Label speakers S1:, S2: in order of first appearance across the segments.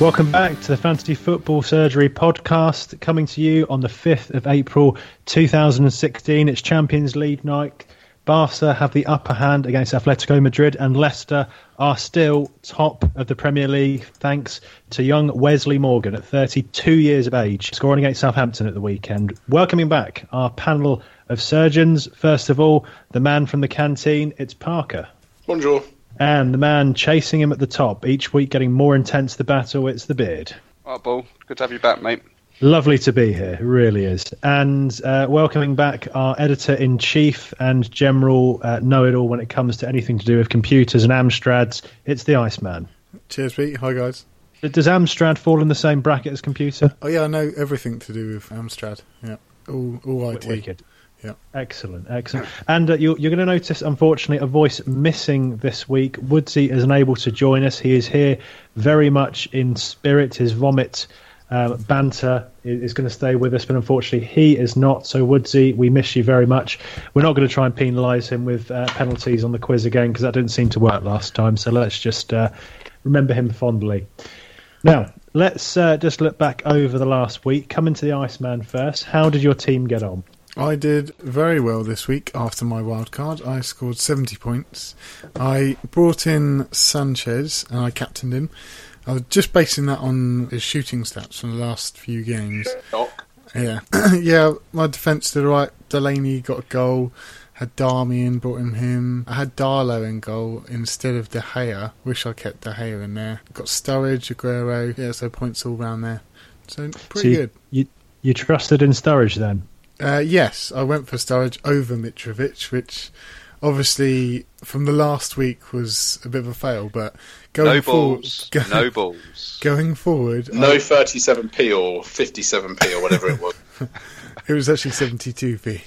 S1: Welcome back to the Fantasy Football Surgery podcast, coming to you on the 5th of April 2016. It's Champions League night. Barca have the upper hand against Atletico Madrid, and Leicester are still top of the Premier League thanks to young Wesley Morgan at 32 years of age, scoring against Southampton at the weekend. Welcoming back our panel of surgeons. First of all, the man from the canteen, it's Parker.
S2: Bonjour.
S1: And the man chasing him at the top, each week getting more intense the battle, it's the beard.
S3: All right, Oh, Paul. Good to have you back, mate.
S1: Lovely to be here, it really is. And uh, welcoming back our editor in chief and general uh, know it all when it comes to anything to do with computers and Amstrads, it's the Iceman.
S4: Cheers, Pete. Hi, guys.
S1: Does Amstrad fall in the same bracket as computer?
S4: Oh yeah, I know everything to do with Amstrad. Yeah, all all IT.
S1: Wicked.
S4: Yeah.
S1: Excellent, excellent. And uh, you're, you're going to notice, unfortunately, a voice missing this week. Woodsy is unable to join us. He is here very much in spirit. His vomit um, banter is, is going to stay with us, but unfortunately, he is not. So, Woodsy, we miss you very much. We're not going to try and penalise him with uh, penalties on the quiz again because that didn't seem to work last time. So, let's just uh, remember him fondly. Now, let's uh, just look back over the last week. Coming to the Iceman first, how did your team get on?
S4: I did very well this week after my wild card. I scored 70 points. I brought in Sanchez and I captained him. I was just basing that on his shooting stats from the last few games.
S2: Doc.
S4: Yeah, yeah. My defence to the right. Delaney got a goal. Had Darmy in, brought him him. I had Darlow in goal instead of De Gea. Wish I kept De Gea in there. Got Sturridge, Aguero. Yeah, so points all round there. So
S1: So
S4: pretty
S1: you,
S4: good.
S1: You, you trusted in Sturridge then?
S4: Uh, yes, I went for Sturridge over Mitrovic, which obviously from the last week was a bit of a fail. But going
S3: no
S4: forward,
S3: balls.
S4: go-
S3: no balls.
S4: going forward,
S2: No 37p or 57p or whatever it was.
S4: It was actually 72p.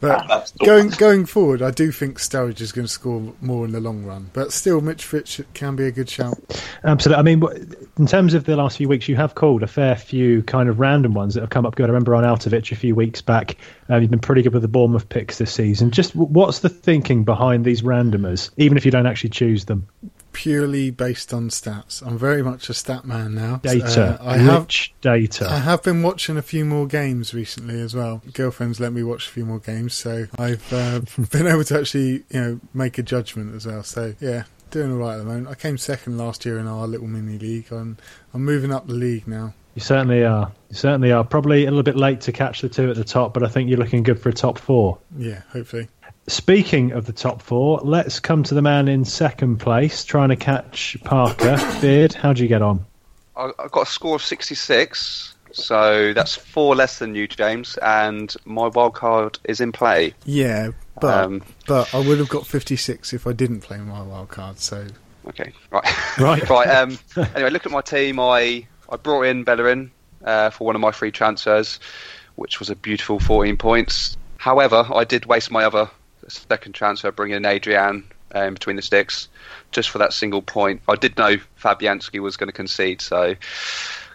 S4: But
S2: That's the
S4: going going forward, I do think Sturridge is going to score more in the long run. But still, Mitrovic can be a good shout.
S1: Absolutely. I mean, w- in terms of the last few weeks, you have called a fair few kind of random ones that have come up good. I remember on Altovich a few weeks back. Uh, you've been pretty good with the Bournemouth picks this season. Just w- what's the thinking behind these randomers, even if you don't actually choose them?
S4: Purely based on stats. I'm very much a stat man now.
S1: Data,
S4: Uh, I have
S1: rich
S4: I
S1: data.
S4: have been watching a few more games recently as well. Girlfriend's let me watch a few more games, so I've uh, been able to actually, you know, make a judgment as well. So yeah, doing all right at the moment. I came second last year in our little mini league, and I'm moving up the league now.
S1: You certainly are. You certainly are. Probably a little bit late to catch the two at the top, but I think you're looking good for a top four.
S4: Yeah, hopefully.
S1: Speaking of the top four, let's come to the man in second place, trying to catch Parker. Beard, how'd you get on?
S3: I, I got a score of 66, so that's four less than you, James, and my wild card is in play.
S4: Yeah, but
S3: Um,
S4: but I would have got 56 if I didn't play my wild card. So
S3: Okay, right.
S1: Right.
S3: right, um, anyway, look at my team. I, I brought in Bellerin uh, for one of my free transfers, which was a beautiful 14 points. However, I did waste my other second transfer, bringing in Adrian um, between the sticks, just for that single point. I did know Fabianski was going to concede, so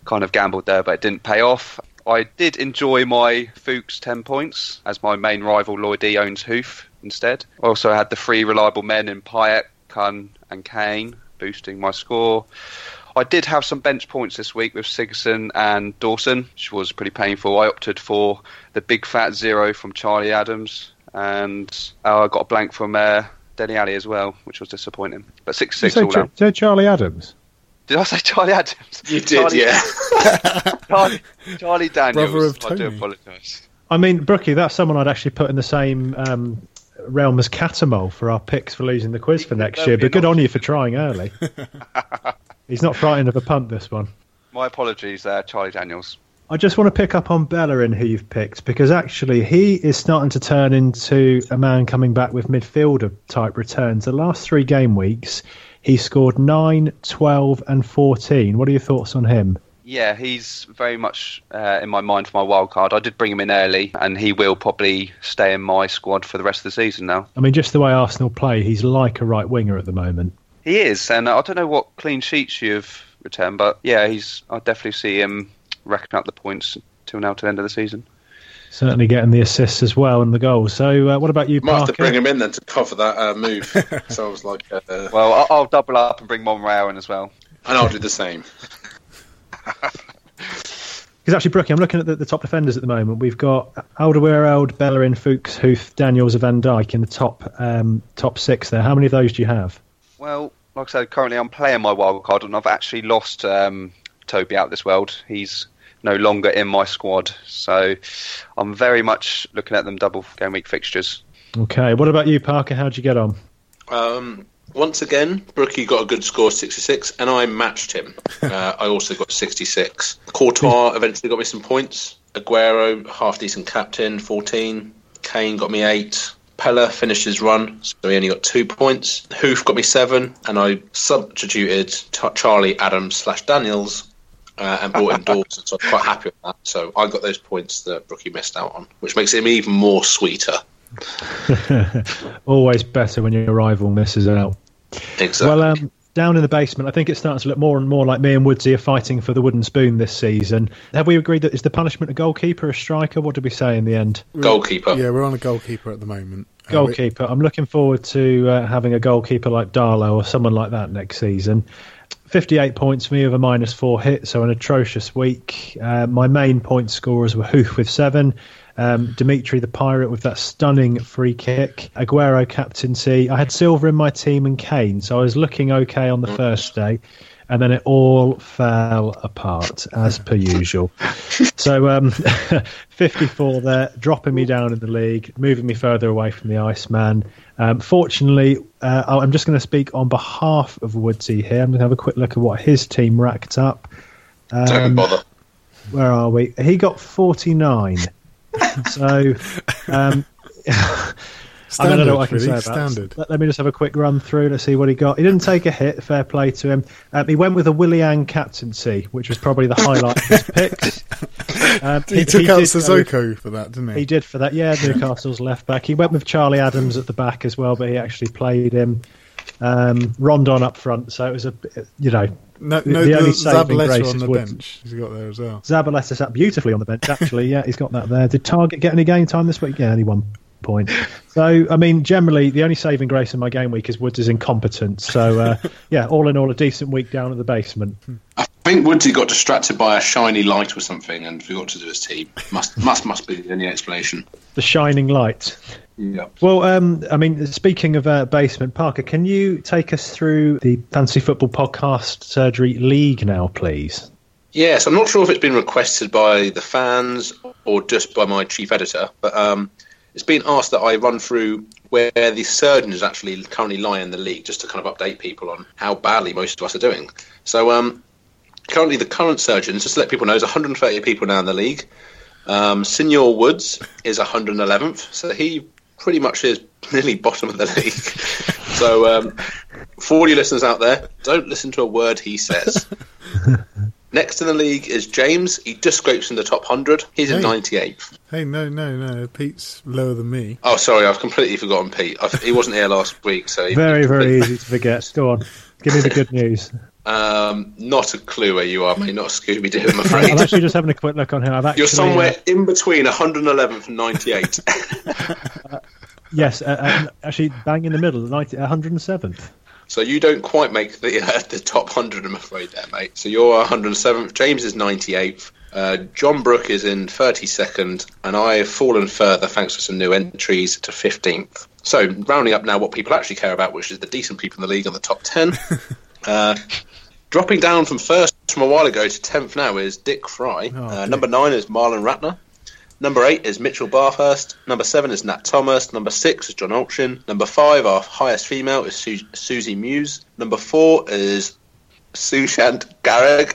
S3: kind of gambled there, but it didn't pay off. I did enjoy my Fuchs 10 points, as my main rival Lloyd E owns Hoof instead. I also had the three reliable men in Payet, Kun, and Kane, boosting my score. I did have some bench points this week with Sigson and Dawson, which was pretty painful. I opted for the big fat zero from Charlie Adams, and uh, I got a blank from uh, Denny Alley as well, which was disappointing. But 6 6 all round.
S1: Charlie Adams?
S3: Did I say Charlie Adams?
S2: You did,
S3: Charlie-
S2: yeah.
S3: Charlie, Charlie Daniels.
S4: Brother of
S3: I do
S4: Tony.
S3: apologise.
S1: I mean, Brookie, that's someone I'd actually put in the same um, realm as Catamol for our picks for losing the quiz for next year. But good on you for trying early. He's not frightened of a punt this one.
S3: My apologies there, Charlie Daniels.
S1: I just want to pick up on Bellerin, who you've picked, because actually he is starting to turn into a man coming back with midfielder type returns. The last three game weeks, he scored 9, 12, and 14. What are your thoughts on him?
S3: Yeah, he's very much uh, in my mind for my wild card. I did bring him in early, and he will probably stay in my squad for the rest of the season now.
S1: I mean, just the way Arsenal play, he's like a right winger at the moment.
S3: He is, and I don't know what clean sheets you've returned, but yeah, he's. I definitely see him racking up the points till now to the end of the season.
S1: Certainly getting the assists as well and the goals. So, uh, what about you,
S2: Might have to
S1: Parker?
S2: bring him in then to cover that uh, move. so I was like, uh,
S3: Well, I'll, I'll double up and bring Monreal in as well.
S2: and I'll do the same.
S1: Because actually, Brookie, I'm looking at the, the top defenders at the moment. We've got Alderweireld, Bellerin, Fuchs, Huth, Daniels, and Van Dyke in the top um, top six there. How many of those do you have?
S3: Well, like I said, currently I'm playing my wild card, and I've actually lost um, Toby out this world. He's no longer in my squad, so I'm very much looking at them double game week fixtures.
S1: Okay. What about you, Parker? How'd you get on?
S2: Um, once again, Brookie got a good score, 66, and I matched him. Uh, I also got 66. Courtois eventually got me some points. Aguero, half decent captain, 14. Kane got me 8. Pella finished his run, so he only got 2 points. Hoof got me 7, and I substituted T- Charlie Adams slash Daniels. Uh, and brought in Dawson, so I'm quite happy with that. So I got those points that Brookie missed out on, which makes him even more sweeter.
S1: Always better when your rival misses out.
S2: Exactly.
S1: Well, um, down in the basement, I think it's starting to look more and more like me and Woodsy are fighting for the wooden spoon this season. Have we agreed that is the punishment a goalkeeper, a striker? What did we say in the end?
S2: Goalkeeper.
S4: Yeah, we're on a goalkeeper at the moment. Uh,
S1: Goalkeeper. I'm looking forward to uh, having a goalkeeper like Darlow or someone like that next season. 58 points for me with a minus four hit, so an atrocious week. Uh, my main point scorers were Hoof with seven, um, Dimitri the Pirate with that stunning free kick, Aguero captaincy. I had Silver in my team and Kane, so I was looking okay on the first day, and then it all fell apart as per usual. So um, 54 there, dropping me down in the league, moving me further away from the Iceman. Um, fortunately, uh, I- I'm just going to speak on behalf of Woodsy here. I'm going to have a quick look at what his team racked up.
S2: Don't bother.
S1: Where are we? He got 49. so um, I don't
S4: Standard,
S1: know what I can
S4: really,
S1: say about
S4: standard.
S1: Let, let me just have a quick run through. Let's see what he got. He didn't take a hit. Fair play to him. Um, he went with a Willian captaincy, which was probably the highlight of his picks. Um,
S4: He,
S1: did
S4: took out
S1: go-
S4: Sissoko for that, didn't he?
S1: he did for that. Yeah, Newcastle's left back. He went with Charlie Adams at the back as well, but he actually played him. Um, Rondon up front, so it was a you know
S4: No,
S1: the-
S4: no
S1: the
S4: the
S1: only saving grace
S4: Zabaleta on
S1: is
S4: the
S1: Woods.
S4: bench. He's got there as well.
S1: Zabaleta sat beautifully on the bench, actually. Yeah, he's got that there. Did Target get any game time this week? Yeah, only one point. So, I mean, generally, the only saving grace in my game week is Woods is incompetent. So, uh, yeah, all in all, a decent week down at the basement.
S2: I think Woodsy got distracted by a shiny light or something and forgot to do his team. Must must must be the only explanation.
S1: The shining light.
S2: Yeah.
S1: Well, um, I mean, speaking of uh, basement, Parker, can you take us through the Fantasy Football Podcast Surgery League now, please?
S2: Yes, I'm not sure if it's been requested by the fans or just by my chief editor, but um, it's been asked that I run through where the surgeons actually currently lie in the league, just to kind of update people on how badly most of us are doing. So, um, currently, the current surgeons, just to let people know, is 130 people now in the league. Um, Senor Woods is 111th, so he pretty much is nearly bottom of the league. so, um, for all you listeners out there, don't listen to a word he says. Next in the league is James. He just scrapes in the top 100. He's in
S4: Hey.
S2: 98th.
S4: Hey, no, no, no. Pete's lower than me.
S2: Oh, sorry, I've completely forgotten Pete. I, he wasn't here last week, so he,
S1: Very, very easy to forget. Go on. Give me the good news.
S2: um, not a clue where you are, mate. Not a Scooby Doo, I'm
S1: I'm
S2: afraid.
S1: actually just having a quick look on here. I've actually,
S2: You're
S1: uh,
S2: somewhere in between 111th and 98.
S1: Yes, uh, uh, actually, bang in the middle, 90, 107th.
S2: so you don't quite make the uh, the top 100, I'm afraid, there, mate. So you're 107th. James is 98th. Uh, John Brook is in 32nd, and I've fallen further thanks to some new entries to 15th. So, rounding up now what people actually care about, which is the decent people in the league on the top 10. uh, dropping down from first from a while ago to 10th now is Dick Fry.
S4: Oh,
S2: uh,
S4: Dick.
S2: Number 9 is Marlon Ratner. Number eight is Mitchell Barhurst. Number seven is Nat Thomas. Number six is John Olchin. Number five, our highest female, is Su- Susie Muse. Number four is Sushant Garag.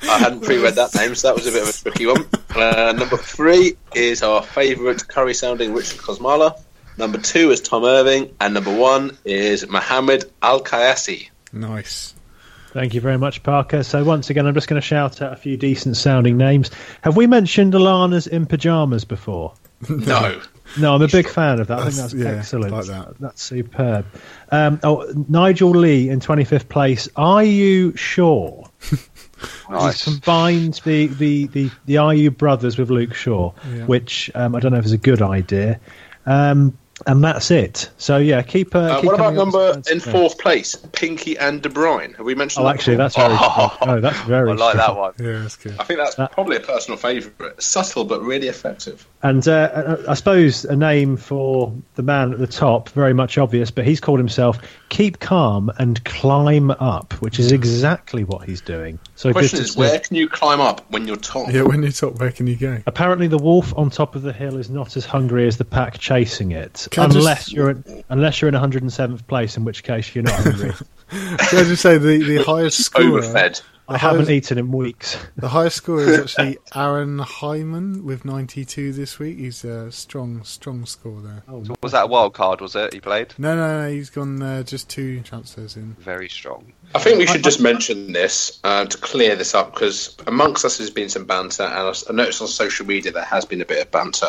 S2: I hadn't pre-read that name, so that was a bit of a tricky one. Uh, number three is our favourite curry-sounding Richard Cosmala. Number two is Tom Irving, and number one is Mohammed Al Kayasi.
S4: Nice.
S1: Thank you very much, Parker. So, once again, I'm just going to shout out a few decent sounding names. Have we mentioned Alana's in pajamas before?
S2: No,
S1: No, I'm a big fan of that. I think
S4: That's-
S1: that's
S4: yeah,
S1: excellent.
S4: like that.
S1: That's superb. Um, oh, Nigel Lee in 25th place. Are you sure?
S3: Nice.
S1: He's combined the, the, the, the IU brothers with Luke Shaw,
S4: Yeah.
S1: which um, I don't know if is a good idea. Um, and that's it. So yeah, keep. Uh,
S2: Uh,
S1: keep
S2: what about
S1: coming up with
S2: number
S1: plans.
S2: in
S1: Yeah.
S2: fourth place? Pinky and De Bruyne. Have we mentioned?
S1: Oh,
S2: that
S1: actually,
S2: before?
S1: that's very.
S3: Oh.
S1: Oh, that's very.
S3: I like that one.
S4: Yeah, that's good.
S2: I think that's
S1: that-
S2: probably a personal favourite. Subtle but really effective.
S1: And uh, I I suppose a name for the man at the top, very much obvious, but he's called himself "Keep Calm and Climb Up," which is exactly what he's doing. So
S2: The
S1: good
S2: question
S1: to
S2: is,
S1: see.
S2: where can you climb up when you're top?
S4: Yeah, when you top, where can you go?
S1: Apparently, the wolf on top of the hill is not as hungry as the pack chasing it,
S4: Can I just-
S1: unless you're in, unless you're in 107th place, in which case you're not hungry.
S4: Can I just say the, the highest scorer?
S2: Overfed.
S1: I haven't eaten in weeks.
S4: The highest scorer is actually Aaron Hyman with 92 this week. He's a strong, strong score there.
S3: So was that a wild card? Was it he played?
S4: No, no, no. He's gone uh, just two transfers in.
S3: Very strong.
S2: I think we should just mention this uh, to clear this up because amongst us has been some banter, and I noticed on social media there has been a bit of banter.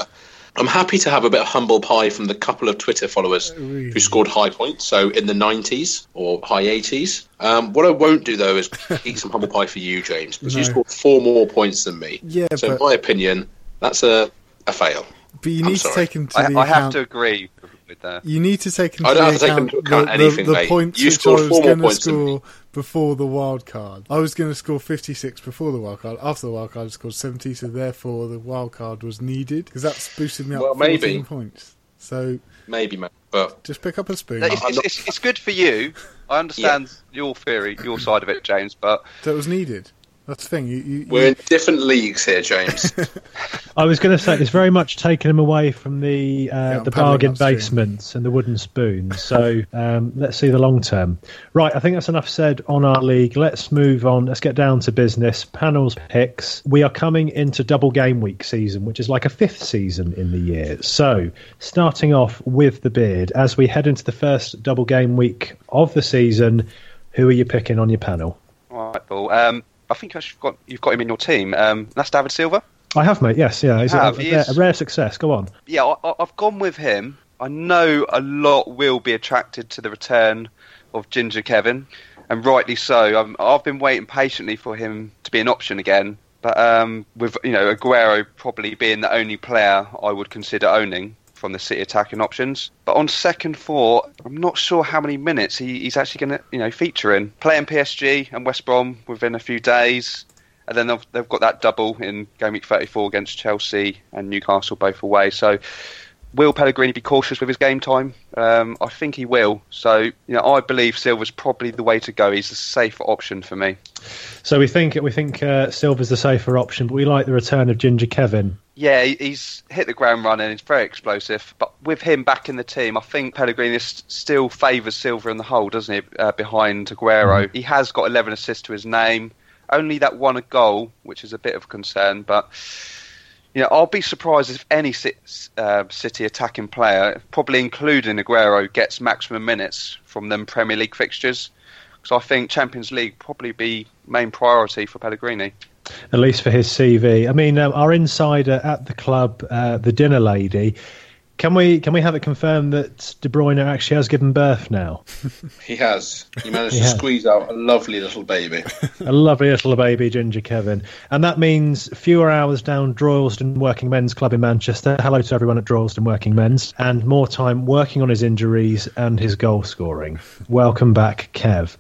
S2: I'm happy to have a bit of humble pie from the couple of Twitter followers
S4: really?
S2: who scored high points, so in the 90s or high 80s. Um, what I won't do though is eat some humble pie for you, James, because you
S4: No.
S2: scored four more points than me.
S4: Yeah,
S2: so
S4: but-
S2: in my opinion, that's a, a fail.
S4: But you
S2: I'm
S4: need
S2: sorry.
S4: to take into
S3: I,
S4: the
S3: I have
S4: account.
S3: to agree with that.
S4: You need to take into
S2: I don't
S4: the
S2: have to take
S4: account,
S2: into account
S4: the,
S2: anything,
S4: the, the
S2: mate.
S4: points
S2: You
S4: which
S2: scored
S4: I was
S2: four more
S4: going to
S2: points than
S4: score
S2: me.
S4: before the wild card. I was going to score 56 before the wild card. After the wild card, I scored 70, so therefore the wild card was needed because that's boosted me up
S2: Well,
S4: 14
S2: maybe.
S4: points. So
S2: Maybe, mate, but
S4: just pick up a spoon.
S3: It's, it's, it's, it's good for you. I understand your theory, your side of it, James, but
S4: that was needed. That's the thing. You, you,
S2: we're
S4: you,
S2: in different leagues here, James.
S1: I was going to say it's very much taken him away from the uh,
S4: Yeah,
S1: the
S4: paddling
S1: bargain
S4: upstream.
S1: basements and the wooden spoons. So um, let's see the long term. Right, I think that's enough said on our league. Let's move on. Let's get down to business. Panels picks. We are coming into double game week season, which is like a fifth season in the year. So starting off with the beard as we head into the first double game week of the season. Who are you picking on your panel?
S3: all right, Paul. Um, I think I've got, you've got him in your team. Um, that's David Silva.
S1: I have, mate. Yes, yeah. Is it
S3: have,
S1: a,
S3: he
S1: rare-
S3: is-
S1: a rare success. Go on.
S3: yeah, I, I- I've gone with him. I know a lot will be attracted to the return of Ginger Kevin, and rightly so. Um, I've been waiting patiently for him to be an option again, but um, with you know Aguero probably being the only player I would consider owning from the City attacking options. But on second thought, I'm not sure how many minutes he, he's actually going to you know feature in playing PSG and West Brom within a few days. And then they've, they've got that double in game week 34 against Chelsea and Newcastle both away. So will Pellegrini be cautious with his game time? Um, I think he will. So you know, I believe Silva's probably the way to go. He's the safer option for me.
S1: So we think we think uh, silver's the safer option, but we like the return of Ginger Kevin.
S3: Yeah, he- he's hit the ground running. He's very explosive. But with him back in the team, I think Pellegrini s- still favours Silva in the hole, doesn't he? Uh, behind Aguero, he has got 11 assists to his name. Only that one a goal, which is a bit of a concern. But you know, I'll be surprised if any Ci- uh, City attacking player, probably including Aguero, gets maximum minutes from them Premier League fixtures. So I think Champions League probably be main priority for Pellegrini.
S1: at least for his CV. I mean, um, our insider at the club, uh, the dinner lady. Can we can we have it confirmed that De Bruyne actually has given birth now?
S2: he has. He managed
S1: He
S2: to
S1: has.
S2: squeeze out a lovely little baby.
S1: A lovely little baby, Ginger Kevin, and that means fewer hours down Droylsden Working Men's Club in Manchester. Hello to everyone at Droylsden Working Men's, and more time working on his injuries and his goal scoring. Welcome back, Kev.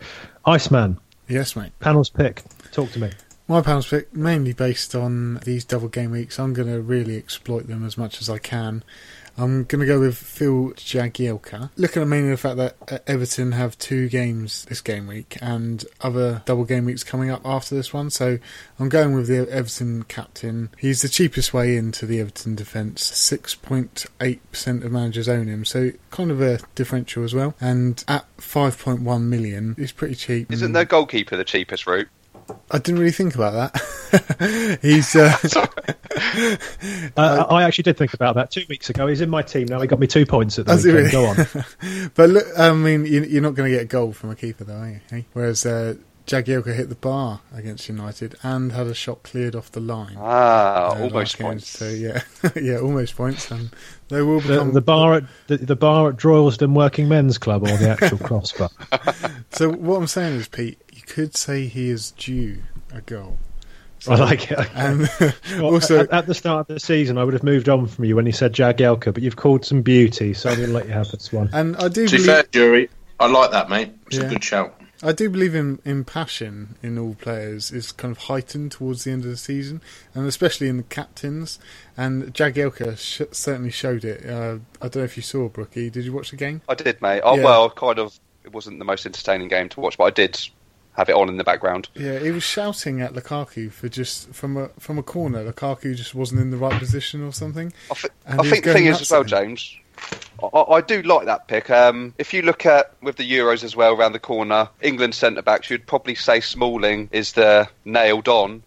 S1: Iceman,
S4: yes, mate.
S1: panels pick. Talk to me.
S4: My pounds pick mainly based on these double game weeks. I'm going to really exploit them as much as I can. I'm going to go with Phil Jagielka. Looking at mainly the fact that uh, Everton have two games this game week and other double game weeks coming up after this one, so I'm going with the Everton captain. He's the cheapest way into the Everton defence. 6.8% of managers own him, so kind of a differential as well. And at 5.1 million, he's pretty cheap.
S3: Isn't their goalkeeper the cheapest route?
S4: I didn't really think about that. he's uh,
S1: Uh, I I actually did think about that two weeks ago. He's in my team now. He got me two points at the
S4: Has he
S1: weekend.
S4: really?
S1: Go on.
S4: But look, I mean, you, you're not going to get a goal from a keeper, though, are you? Hey? Whereas uh, Jagielka hit the bar against United and had a shot cleared off the line.
S3: Ah,
S4: Uh,
S3: almost
S4: last game,
S3: points.
S4: So yeah, yeah, almost points. And they will
S1: The,
S4: become
S1: the bar at the, the bar at Droylsden Working Men's Club or the actual crossbar.
S4: So what I'm saying is, Pete, you could say he is due a goal So,
S1: I like it.
S4: And
S1: Well,
S4: also,
S1: at, at the start of the season, I would have moved on from you when you said Jagielka, but you've called some beauty, so I'm going to let you have this one.
S4: and I do
S2: To be
S4: believe,
S2: fair, jury, I like that, mate. It's
S4: Yeah.
S2: a good shout.
S4: I do believe in, in passion in all players is kind of heightened towards the end of the season, and especially in the captains. And Jagielka sh- certainly showed it. Uh, I don't know if you saw Brookie. Did you watch the game?
S3: I did, mate. Oh,
S4: Yeah.
S3: Well, kind of. It wasn't the most entertaining game to watch, but I did have it on in the background.
S4: Yeah, he was shouting at Lukaku for just from a from a corner. Lukaku just wasn't in the right position or something.
S3: I, thi-
S4: And
S3: I
S4: he's
S3: think the
S4: going
S3: thing is
S4: nuts
S3: as well,
S4: at
S3: James. I, I I do like that pick. Um, if you look at with the Euros as well around the corner, England centre backs, you'd probably say Smalling is the nailed on,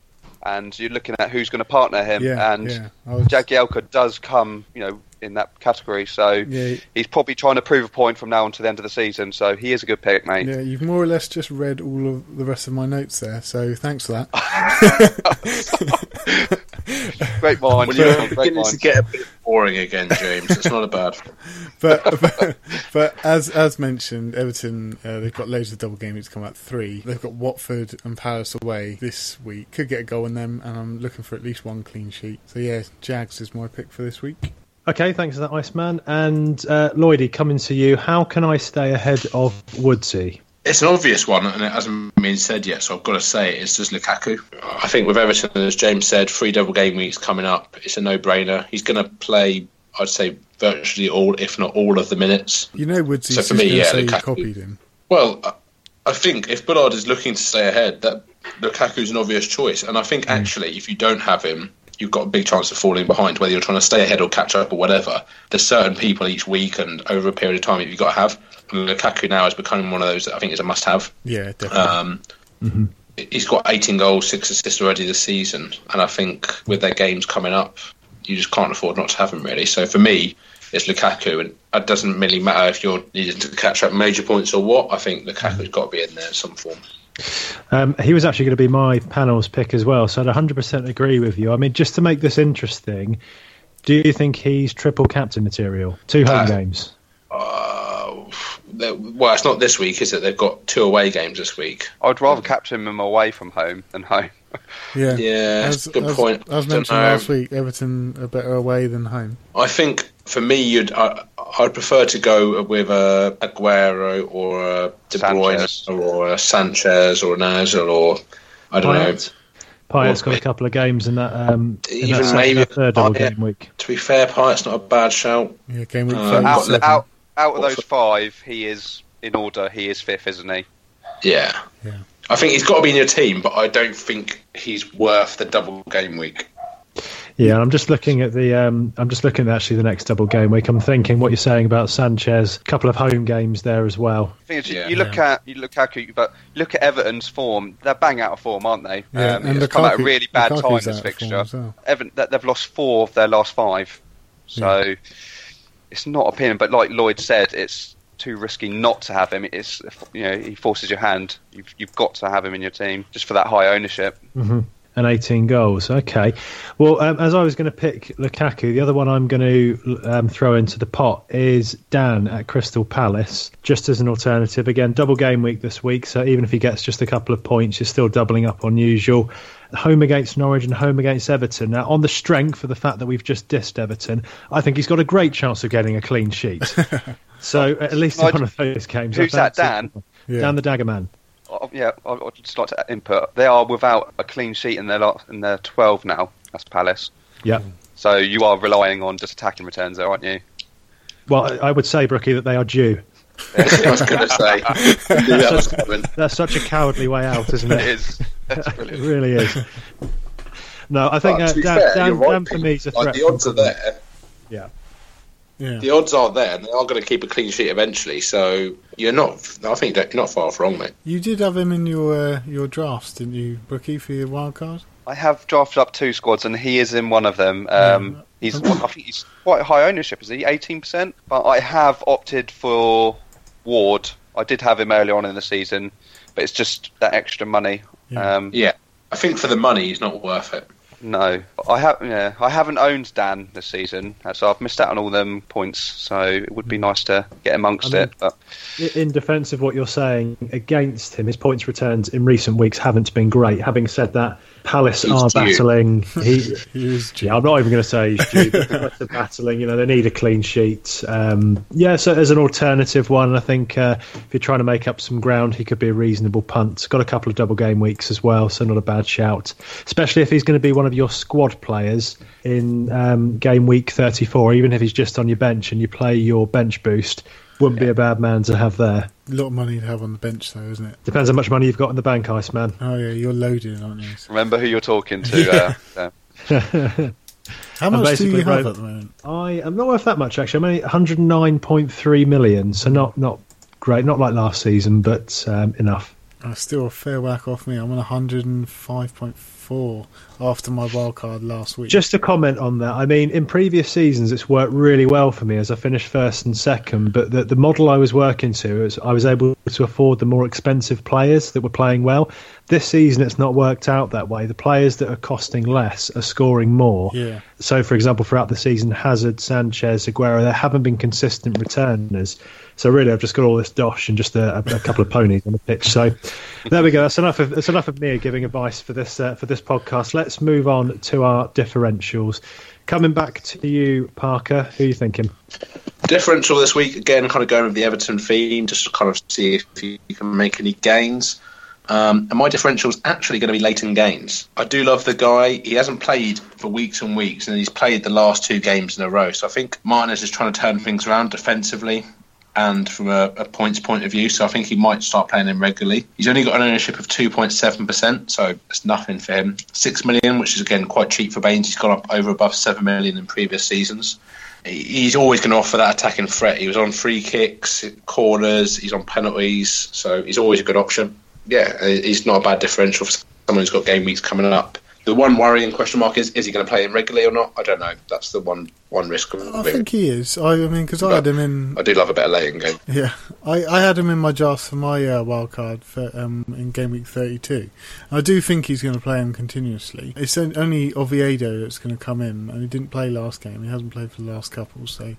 S3: and you're looking at who's going to partner him.
S4: Yeah,
S3: and
S4: yeah. I was-
S3: Jagielka does come, you know, in that category. So
S4: Yeah.
S3: he's probably trying to prove a point from now on to the end of the season. So he is a good pick, mate.
S4: Yeah, you've more or less just read all of the rest of my notes there, so thanks for that.
S3: Great mind.
S2: Well, you're
S3: great
S2: beginning to
S3: mind.
S2: get a bit boring again, James. It's not a bad.
S4: but, but but as as mentioned, Everton uh, they've got loads of double game weeks coming up. Three they've got Watford and Paris away this week. Could get a goal in them, and I'm looking for at least one clean sheet. So yeah, Jags is my pick for this week.
S1: Okay, thanks for that, Iceman. And uh, Lloydie, coming to you, how can I stay ahead of Woodsy?
S2: It's an obvious one, and it hasn't been said yet, so I've got to say it. It's just Lukaku. I think with Everton, as James said, three double game weeks coming up, it's a no-brainer. He's going to play, I'd say, virtually all, if not all, of the minutes.
S4: You know, Woodsy
S2: So
S4: so
S2: for me, yeah,
S4: say you
S2: Lukaku.
S4: copied him.
S2: Well, I- I think if Bullard is looking to stay ahead, that Lukaku's an obvious choice, and I think actually, if you don't have him, you've got a big chance of falling behind, whether you're trying to stay ahead or catch up or whatever. There's certain people each week and over a period of time that you've got to have. And Lukaku now is becoming one of those that I think is a must-have.
S4: Yeah, definitely.
S2: Um, He's got 18 goals, six assists already this season, and I think with their games coming up, you just can't afford not to have him really. So for me, it's Lukaku, and it doesn't really matter if you're needing to catch up major points or what. I think Lukaku's got to be in there in some form.
S1: Um, he was actually going to be my panel's pick as well, so I'd 100% agree with you. I mean, just to make this interesting, do you think he's triple captain material? Two home
S2: Uh,
S1: games.
S2: Uh, they- well, it's not this week, is it? They've got two away games this week.
S3: I'd
S4: Hmm.
S3: rather captain him away from home than home.
S4: yeah,
S2: yeah, that's a good point.
S4: As
S2: Don't
S4: mentioned
S2: know.
S4: last week, Everton are better away than home.
S2: I think for me, you'd I, I'd prefer to go with a Aguero or a De Bruyne
S3: Sanchez.
S2: or a Sanchez or an Ozil or I don't
S1: Payet.
S2: know.
S1: Payet's got a couple of games in that, um, in
S2: Even
S1: that second
S2: maybe
S1: or third double
S2: Payet.
S1: game week.
S2: To be fair, Pyatt's not a bad shout.
S4: Yeah, game week
S2: Uh, Out-
S3: Out,
S4: 37.
S3: out, out of
S2: Watford.
S3: those five, he is in order. He is fifth, isn't he?
S2: Yeah,
S4: Yeah.
S2: I think he's got to be in your team, but I don't think he's worth the double game week.
S1: Yeah, and I'm just looking at the. Um, I'm just looking at actually the next double game week. I'm thinking what you're saying about Sanchez. A couple of home games there as well.
S3: The thing is, you-
S2: Yeah.
S3: you look at you look at but look at Everton's form. They're bang out of form, aren't they?
S4: Yeah,
S3: um,
S4: and
S3: it's come at a
S4: Lukaku-
S3: really bad
S4: Lukaku's
S3: time this
S4: out of form
S3: fixture.
S4: as well.
S3: Everton, that- they've lost four of their last five, so it's not appealing. But like Lloyd said, it's too risky not to have him. It's you know he forces your hand. You've you've got to have him in your team just for that high ownership.
S1: and 18 goals. Okay. Well, um, as I was going to pick Lukaku, the other one I'm going to um, throw into the pot is Dan at Crystal Palace, just as an alternative. Again, double game week this week, so even if he gets just a couple of points, you're still doubling up on usual. Home against Norwich and home against Everton. Now, on the strength of the fact that we've just dissed Everton, I think he's got a great chance of getting a clean sheet. so at least in
S3: Nigel-
S1: one of those games. I
S3: who's that,
S1: fancy-
S4: Dan?
S1: Dan the Dagger Man.
S3: Oh, yeah, I- I'd just like to input. They are without a clean sheet in their lot, in their twelve now. That's Palace.
S1: Yeah.
S3: So you are relying on just attacking returns, there, aren't you?
S1: Well, I- I would say, Brookie, that they are due.
S2: I was going to say. Yeah, that was coming.
S1: That's such a cowardly way out, isn't
S3: It
S1: it?
S3: is. That's
S1: It
S3: brilliant.
S1: really is. No, I think
S2: But
S1: uh,
S2: to be
S1: Dan,
S2: fair,
S1: Dan,
S2: you're right,
S1: Dan for me is a threat.
S2: Like, the odds are
S1: from-
S2: there.
S1: Yeah.
S4: Yeah.
S2: The odds are there, and they are going to keep a clean sheet eventually. So you're not. I think you're not far off wrong, mate.
S4: You did have him in your uh, your drafts, didn't you, Brookie, for your wild card?
S3: I have drafted up two squads, and he is in one of them. Um, he's, I think he's quite high ownership, is he? Eighteen percent. But I have opted for Ward. I did have him early on in the season, but it's just that extra money.
S4: Yeah.
S3: Um,
S2: Yeah, I think for the money, he's not worth it.
S3: No, I have. Yeah, I haven't owned Dan this season, uh, so I've missed out on all them points. So it would be nice to get amongst
S1: Mm. I mean-
S3: it. But
S1: I- In defence of what you're saying, against him, his points returns in recent weeks haven't been great. Having said that, Palace
S2: He's
S1: are
S2: due.
S1: battling. He,
S4: He is
S1: yeah, I'm not even going to say he's due. but Palace are battling. You know, they need a clean sheet. Um, yeah, so as an alternative one, I think uh, if you're trying to make up some ground, he could be a reasonable punt. Got a couple of double game weeks as well, so not a bad shout. Especially if he's going to be one of your squad players in um, game week 34. Even if he's just on your bench and you play your bench boost, wouldn't be a bad man to have there.
S4: a lot of money to have on the bench, though, isn't it?
S1: Depends how much money you've got in the bank, Ice Man.
S4: Oh yeah, you're loaded, aren't you?
S3: Remember who you're talking to. Uh, there.
S4: How
S1: I'm
S4: much do you
S1: basically
S4: have
S1: broke.
S4: at the moment?
S1: I am not worth that much actually. I'm only 109.3 million, so not not great, not like last season, but um, enough.
S4: I'm Oh, still a fair whack off me. I'm on 105.4 after my wild card last week.
S1: Just a comment on that. I mean, in previous seasons, it's worked really well for me as I finished first and second. But the, the model I was working to is I was able to afford the more expensive players that were playing well. This season, it's not worked out that way. The players that are costing less are scoring more.
S4: yeah,
S1: So, for example, throughout the season, Hazard, Sanchez, Aguero, there haven't been consistent returners. So, really, I've just got all this dosh and just a, a, a couple of ponies on the pitch. So, there we go. That's enough of that's enough of me giving advice for this uh, for this podcast. Let's move on to our differentials. Coming back to you, Parker. Who are you thinking?
S2: Differential this week again, kind of going with the Everton theme, just to kind of see if you can make any gains. Um, and my differential is actually going to be Leighton Gaines. I do love the guy. He hasn't played for weeks and weeks, and he's played the last two games in a row. So I think Martinez is trying to turn things around defensively and from a, a points point of view. So I think he might start playing him regularly. He's only got an ownership of 2.7%, so it's nothing for him. 6 million, which is again quite cheap for Baines. He's gone up over above 7 million in previous seasons he's always going to offer that attacking threat. He was on free kicks, corners, he's on penalties, so he's always a good option. Yeah, uh, he's not a bad differential for someone who's got game weeks coming up. The one worrying question mark is: is he going to play him regularly or not? I don't know. That's the one one risk. Of
S4: I
S2: it.
S4: think he is. I, I mean, because I had him in.
S2: I do love a bit of laying game.
S4: Yeah, I, I had him in my drafts for my uh, wild card for um, in game week 32. I do think he's going to play him continuously. It's on- only Oviedo that's going to come in, and he didn't play last game. He hasn't played for the last couple, so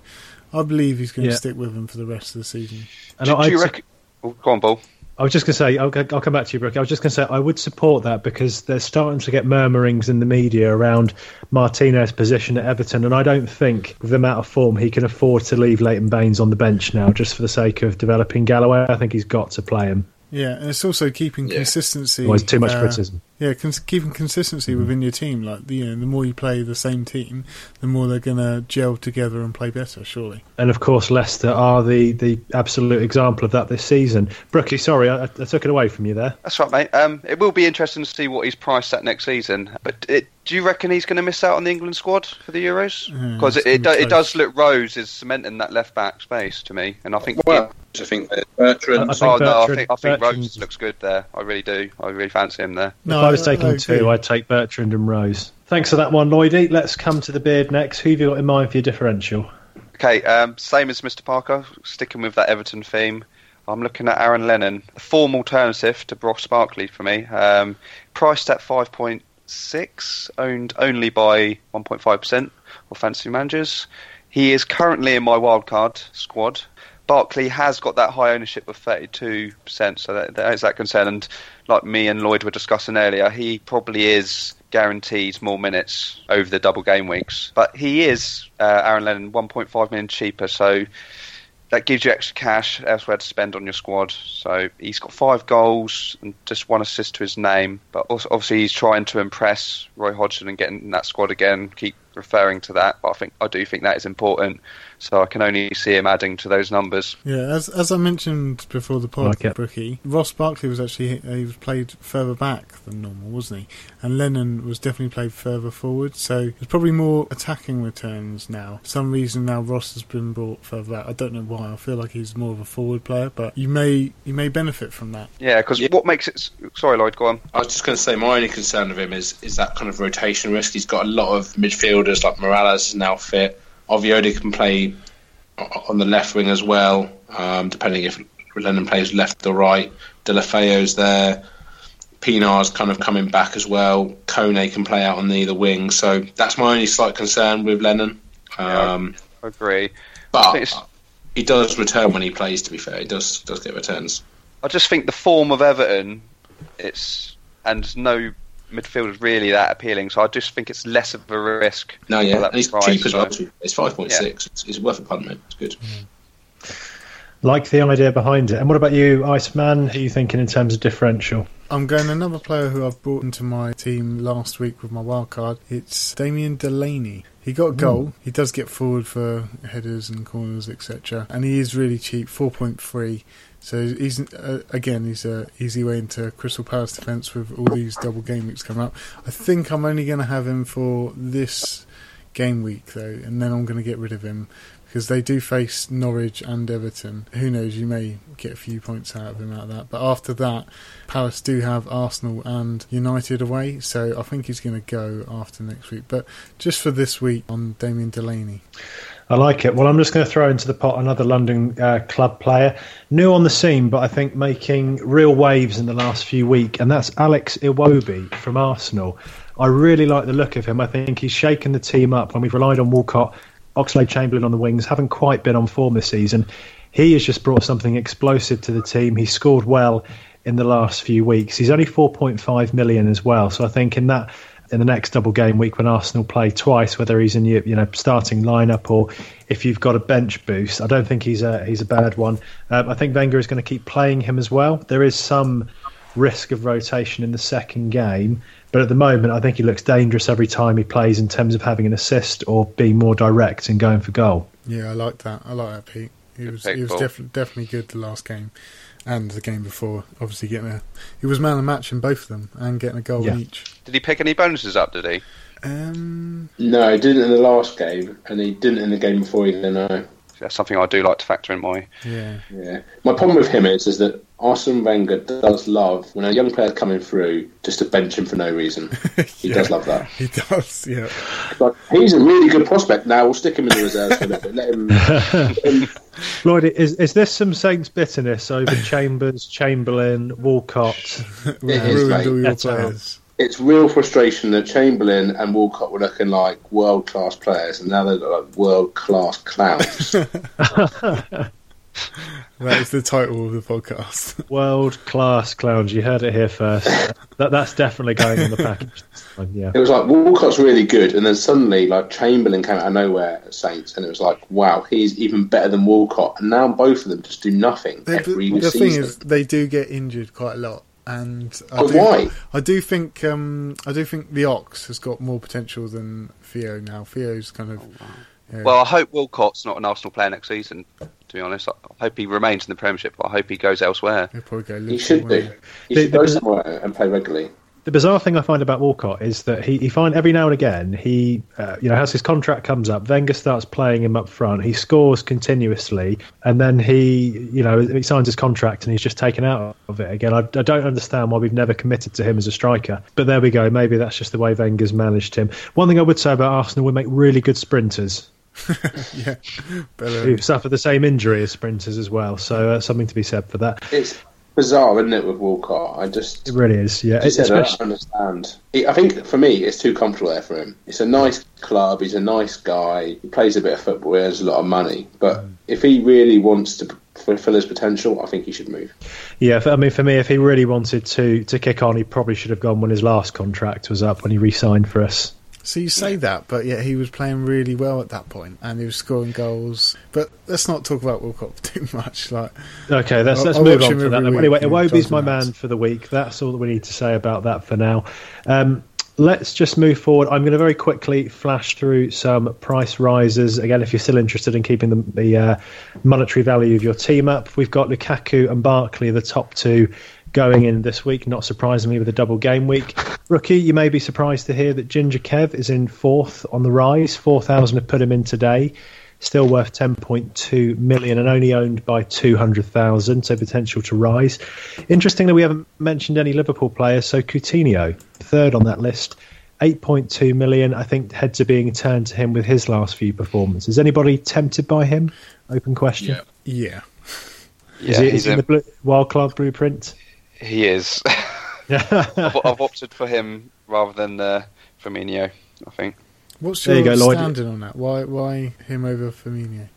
S4: I believe he's going to
S1: Yeah.
S4: stick with him for the rest of the season.
S1: And
S3: Do, do you
S1: I'd-
S3: reckon? Oh, go on, Paul.
S1: I was just going to say, I'll, I'll come back to you, Brooke. I was just going to say, I would support that because they're starting to get murmurings in the media around Martinez's position at Everton, and I don't think, with the amount of form, he can afford to leave Leighton Baines on the bench now just for the sake of developing Galloway. I think he's got to play him.
S4: Yeah, and it's also keeping
S2: Yeah.
S4: consistency.
S1: Otherwise, too much
S4: uh,
S1: criticism. Mm-hmm.
S4: Yeah, cons- keeping consistency within your team. Like you know, the more you play the same team, the more they're going to gel together and play better. Surely.
S1: And of course, Leicester are the, the absolute example of that this season. Brookie, sorry, I, I took it away from you there.
S3: That's right, mate. Um, it will be interesting to see what he's priced at next season. But it, do you reckon he's going to miss out on the England squad for the Euros?
S1: Mm,
S4: Hmm,
S3: Because
S4: it's
S3: it, it, do,
S4: gonna be
S3: it does look Rose is cementing that left back space to me, and I think.
S2: Well, I think that Bertrand.
S1: I think
S3: oh no, I
S1: Bertrand-
S3: think I think Rose
S1: Bertrand's-
S3: looks good there. I really do. I really fancy him there.
S1: if I was
S4: I- I
S1: taking two,
S4: agree.
S1: I'd take Bertrand and Rose. Thanks for that one, Lloydie. Let's come to the beard next. Who have you got in mind for your differential?
S3: Okay, um, same as Mr. Parker, sticking with that Everton theme. I'm looking at Aaron Lennon, a form alternative to Brock Barkley for me. Um, priced at 5.6, owned only by 1.5% of fantasy managers. He is currently in my wildcard squad. Barkley has got that high ownership of 32%, so that, that is that concern. And like me and Lloyd were discussing earlier, he probably is guaranteed more minutes over the double game weeks. But he is, uh, Aaron Lennon, 1.5 million cheaper, so that gives you extra cash elsewhere to spend on your squad. So he's got five goals and just one assist to his name. But also, obviously, he's trying to impress Roy Hodgson and getting in that squad again. Keep referring to that, but I think I do think that is important. So I can only see him adding to those numbers.
S4: Yeah, as as I mentioned before the pod,
S1: Like it.
S4: Brookie, Ross Barkley was actually he was played further back than normal, wasn't he? And Lennon was definitely played further forward, so there's probably more attacking returns now. For some reason now Ross has been brought further back. I don't know why. I feel like he's more of a forward player, but you may you may benefit from that.
S3: Yeah, because
S2: Yeah.
S3: what makes it? Sorry, Lloyd, go on.
S2: I was just going to say my only concern of him is is that kind of rotation risk. He's got a lot of midfielders like Morales is now fit. Oviedo can play o- on the left wing as well, um, depending if Lennon plays left or right. De La Feo's there. Pinar's kind of coming back as well. Kone can play out on either wing, so that's my only slight concern with Lennon. Um,
S3: I agree.
S2: But
S3: It's-
S2: he does return when he plays. To be fair, he does does get returns.
S3: I just think the form of Everton, it's and no midfielders really that appealing. So I just think it's less of a risk.
S2: No,
S3: for
S2: yeah,
S3: that
S2: and it's
S3: price,
S2: cheap as
S3: so-
S2: well. Too. It's five point six. It's, it's worth a punt, mate. It's good.
S1: Like the idea behind it. And what about you, Iceman? Who are you thinking in terms of differential?
S4: I'm going another player who I've brought into my team last week with my wild card. It's Damien Delaney. He got a goal. He does get forward for headers and corners, etc. And he is really cheap, four point three. So he's uh, again, he's a easy way into Crystal Palace defence with all these double game weeks coming up. I think I'm only going to have him for this game week though, and then I'm going to get rid of him because they do face Norwich and Everton. Who knows? You may get a few points out of him out of that, but after that, Palace do have Arsenal and United away, so I think he's going to go after next week. But just for this week on Damien Delaney,
S1: I like it. Well, I'm just going to throw into the pot another London uh, club player, new on the scene, but I think making real waves in the last few weeks, and that's Alex Iwobi from Arsenal. I really like the look of him. I think he's shaken the team up when we've relied on Walcott, Oxlade Chamberlain on the wings, haven't quite been on form this season. He has just brought something explosive to the team. He scored well in the last few weeks. He's only 4.5 million as well. So I think in that in the next double game week when Arsenal play twice, whether he's in your you know starting lineup or if you've got a bench boost, I don't think he's a he's a bad one. Um, I think Wenger is going to keep playing him as well. There is some risk of rotation in the second game, but at the moment I think he looks dangerous every time he plays in terms of having an assist or being more direct and going for goal.
S4: yeah, I like that. I like that, Pete. He
S3: Good
S4: was
S3: pick,
S4: he was
S3: Paul.
S4: def- definitely good the last game and the game before. Obviously, getting a he was man of the match in both of them and getting a goal
S1: Yeah.
S4: each.
S3: Did he pick any bonuses up? Did he?
S4: Um,
S2: No, he didn't in the last game, and he didn't in the game before either. No,
S3: That's something I do like to factor in my.
S4: yeah,
S2: yeah. My problem with him is, is that Arsene Wenger does love when a young player coming through just to bench him for no reason. He does love that.
S4: he does. Yeah,
S2: But he's a really good prospect. Now we'll stick him in the reserves for a bit. but Let him. let him-
S1: Lloyd, is is this some Saints bitterness over Chambers, Chamberlain, Walcott?
S4: we
S2: is,
S4: ruined
S2: mate.
S4: all your
S1: That's all.
S4: players.
S2: it's real frustration that Chamberlain and Walcott were looking like world class players, and now they're like world class clowns.
S4: That is the title of the podcast.
S1: World class clowns. You heard it here first. that, that's definitely going in the package. this time, yeah.
S2: It was like Walcott's really good, and then suddenly like Chamberlain came out of nowhere at Saints, and it was like, wow, he's even better than Walcott. And now both of them just do nothing
S4: They-
S2: every
S4: the
S2: season.
S4: thing is, they do get injured quite a lot, and I
S2: but
S4: do-
S2: why?
S4: I do think um, I do think the Ox has got more potential than Theo now. Theo's kind of yeah,
S3: Well, I hope Wilcott's not an Arsenal player next season. To be honest, I I hope he remains in the Premiership. But I hope he goes elsewhere.
S4: he'll probably go.
S2: He
S4: Liverpool,
S2: should
S4: won't
S2: do. He
S4: he?
S1: The-
S2: should
S1: the-
S2: go somewhere and play regularly.
S1: The bizarre thing I find about Walcott is that he, he find every now and again he uh, you know as his contract comes up, Wenger starts playing him up front. He scores continuously, and then he you know he signs his contract and he's just taken out of it again. I, I don't understand why we've never committed to him as a striker. But there we go. Maybe that's just the way Wenger's managed him. One thing I would say about Arsenal, we make really good sprinters
S4: Bellerin.
S1: who suffer the same injury as sprinters as well. So uh, something to be said for that.
S2: It's bizarre, isn't it, with Walcott? I just.
S1: It really is. Yeah,
S2: He said, I
S1: especially.
S2: don't understand. He- I think for me, it's too comfortable there for him. It's a nice club. He's a nice guy. He plays a bit of football. He earns a lot of money. But if he really wants to p- fulfil his potential, I think he should move.
S1: Yeah, for- I mean, for me, if he really wanted to to kick on, he probably should have gone when his last contract was up when he re-signed for us.
S4: So you say that, but yeah, he was playing really well at that point, and he was scoring goals. But let's not talk about Wilcock too much. Like,
S1: Okay, let's
S4: I'll-
S1: let's
S4: I'll
S1: move
S4: watch
S1: on
S4: him
S1: from that.
S4: every
S1: then. Anyway,
S4: week, yeah,
S1: Iwobi's
S4: Jonathan
S1: my man
S4: Mouse.
S1: for the week. That's all that we need to say about that for now. Um, let's just move forward. I'm going to very quickly flash through some price rises. Again, if you're still interested in keeping the, the uh, monetary value of your team up, we've got Lukaku and Barkley, the top two. Going in this week, not surprisingly, with a double game week. Rookie, you may be surprised to hear that Ginger Kev is in fourth on the rise. 4,000 have put him in today still worth 10.2 million and only owned by 200,000, so potential to rise. Interestingly, we haven't mentioned any Liverpool players, so Coutinho, third on that list, 8.2 million. I think heads are being turned to him with his last few performances. Anybody tempted by him? Open question.
S4: yeah,
S3: Yeah,
S1: Is he, is
S3: he's
S1: he in
S3: in-
S1: the blue, wild card blueprint?
S3: he is.
S1: Yeah.
S3: I've, I've opted for him rather than uh, Firmino. I think.
S4: what's
S1: There
S4: your
S1: you go, Lloyd.
S4: standing on that? Why, why him over Firmino?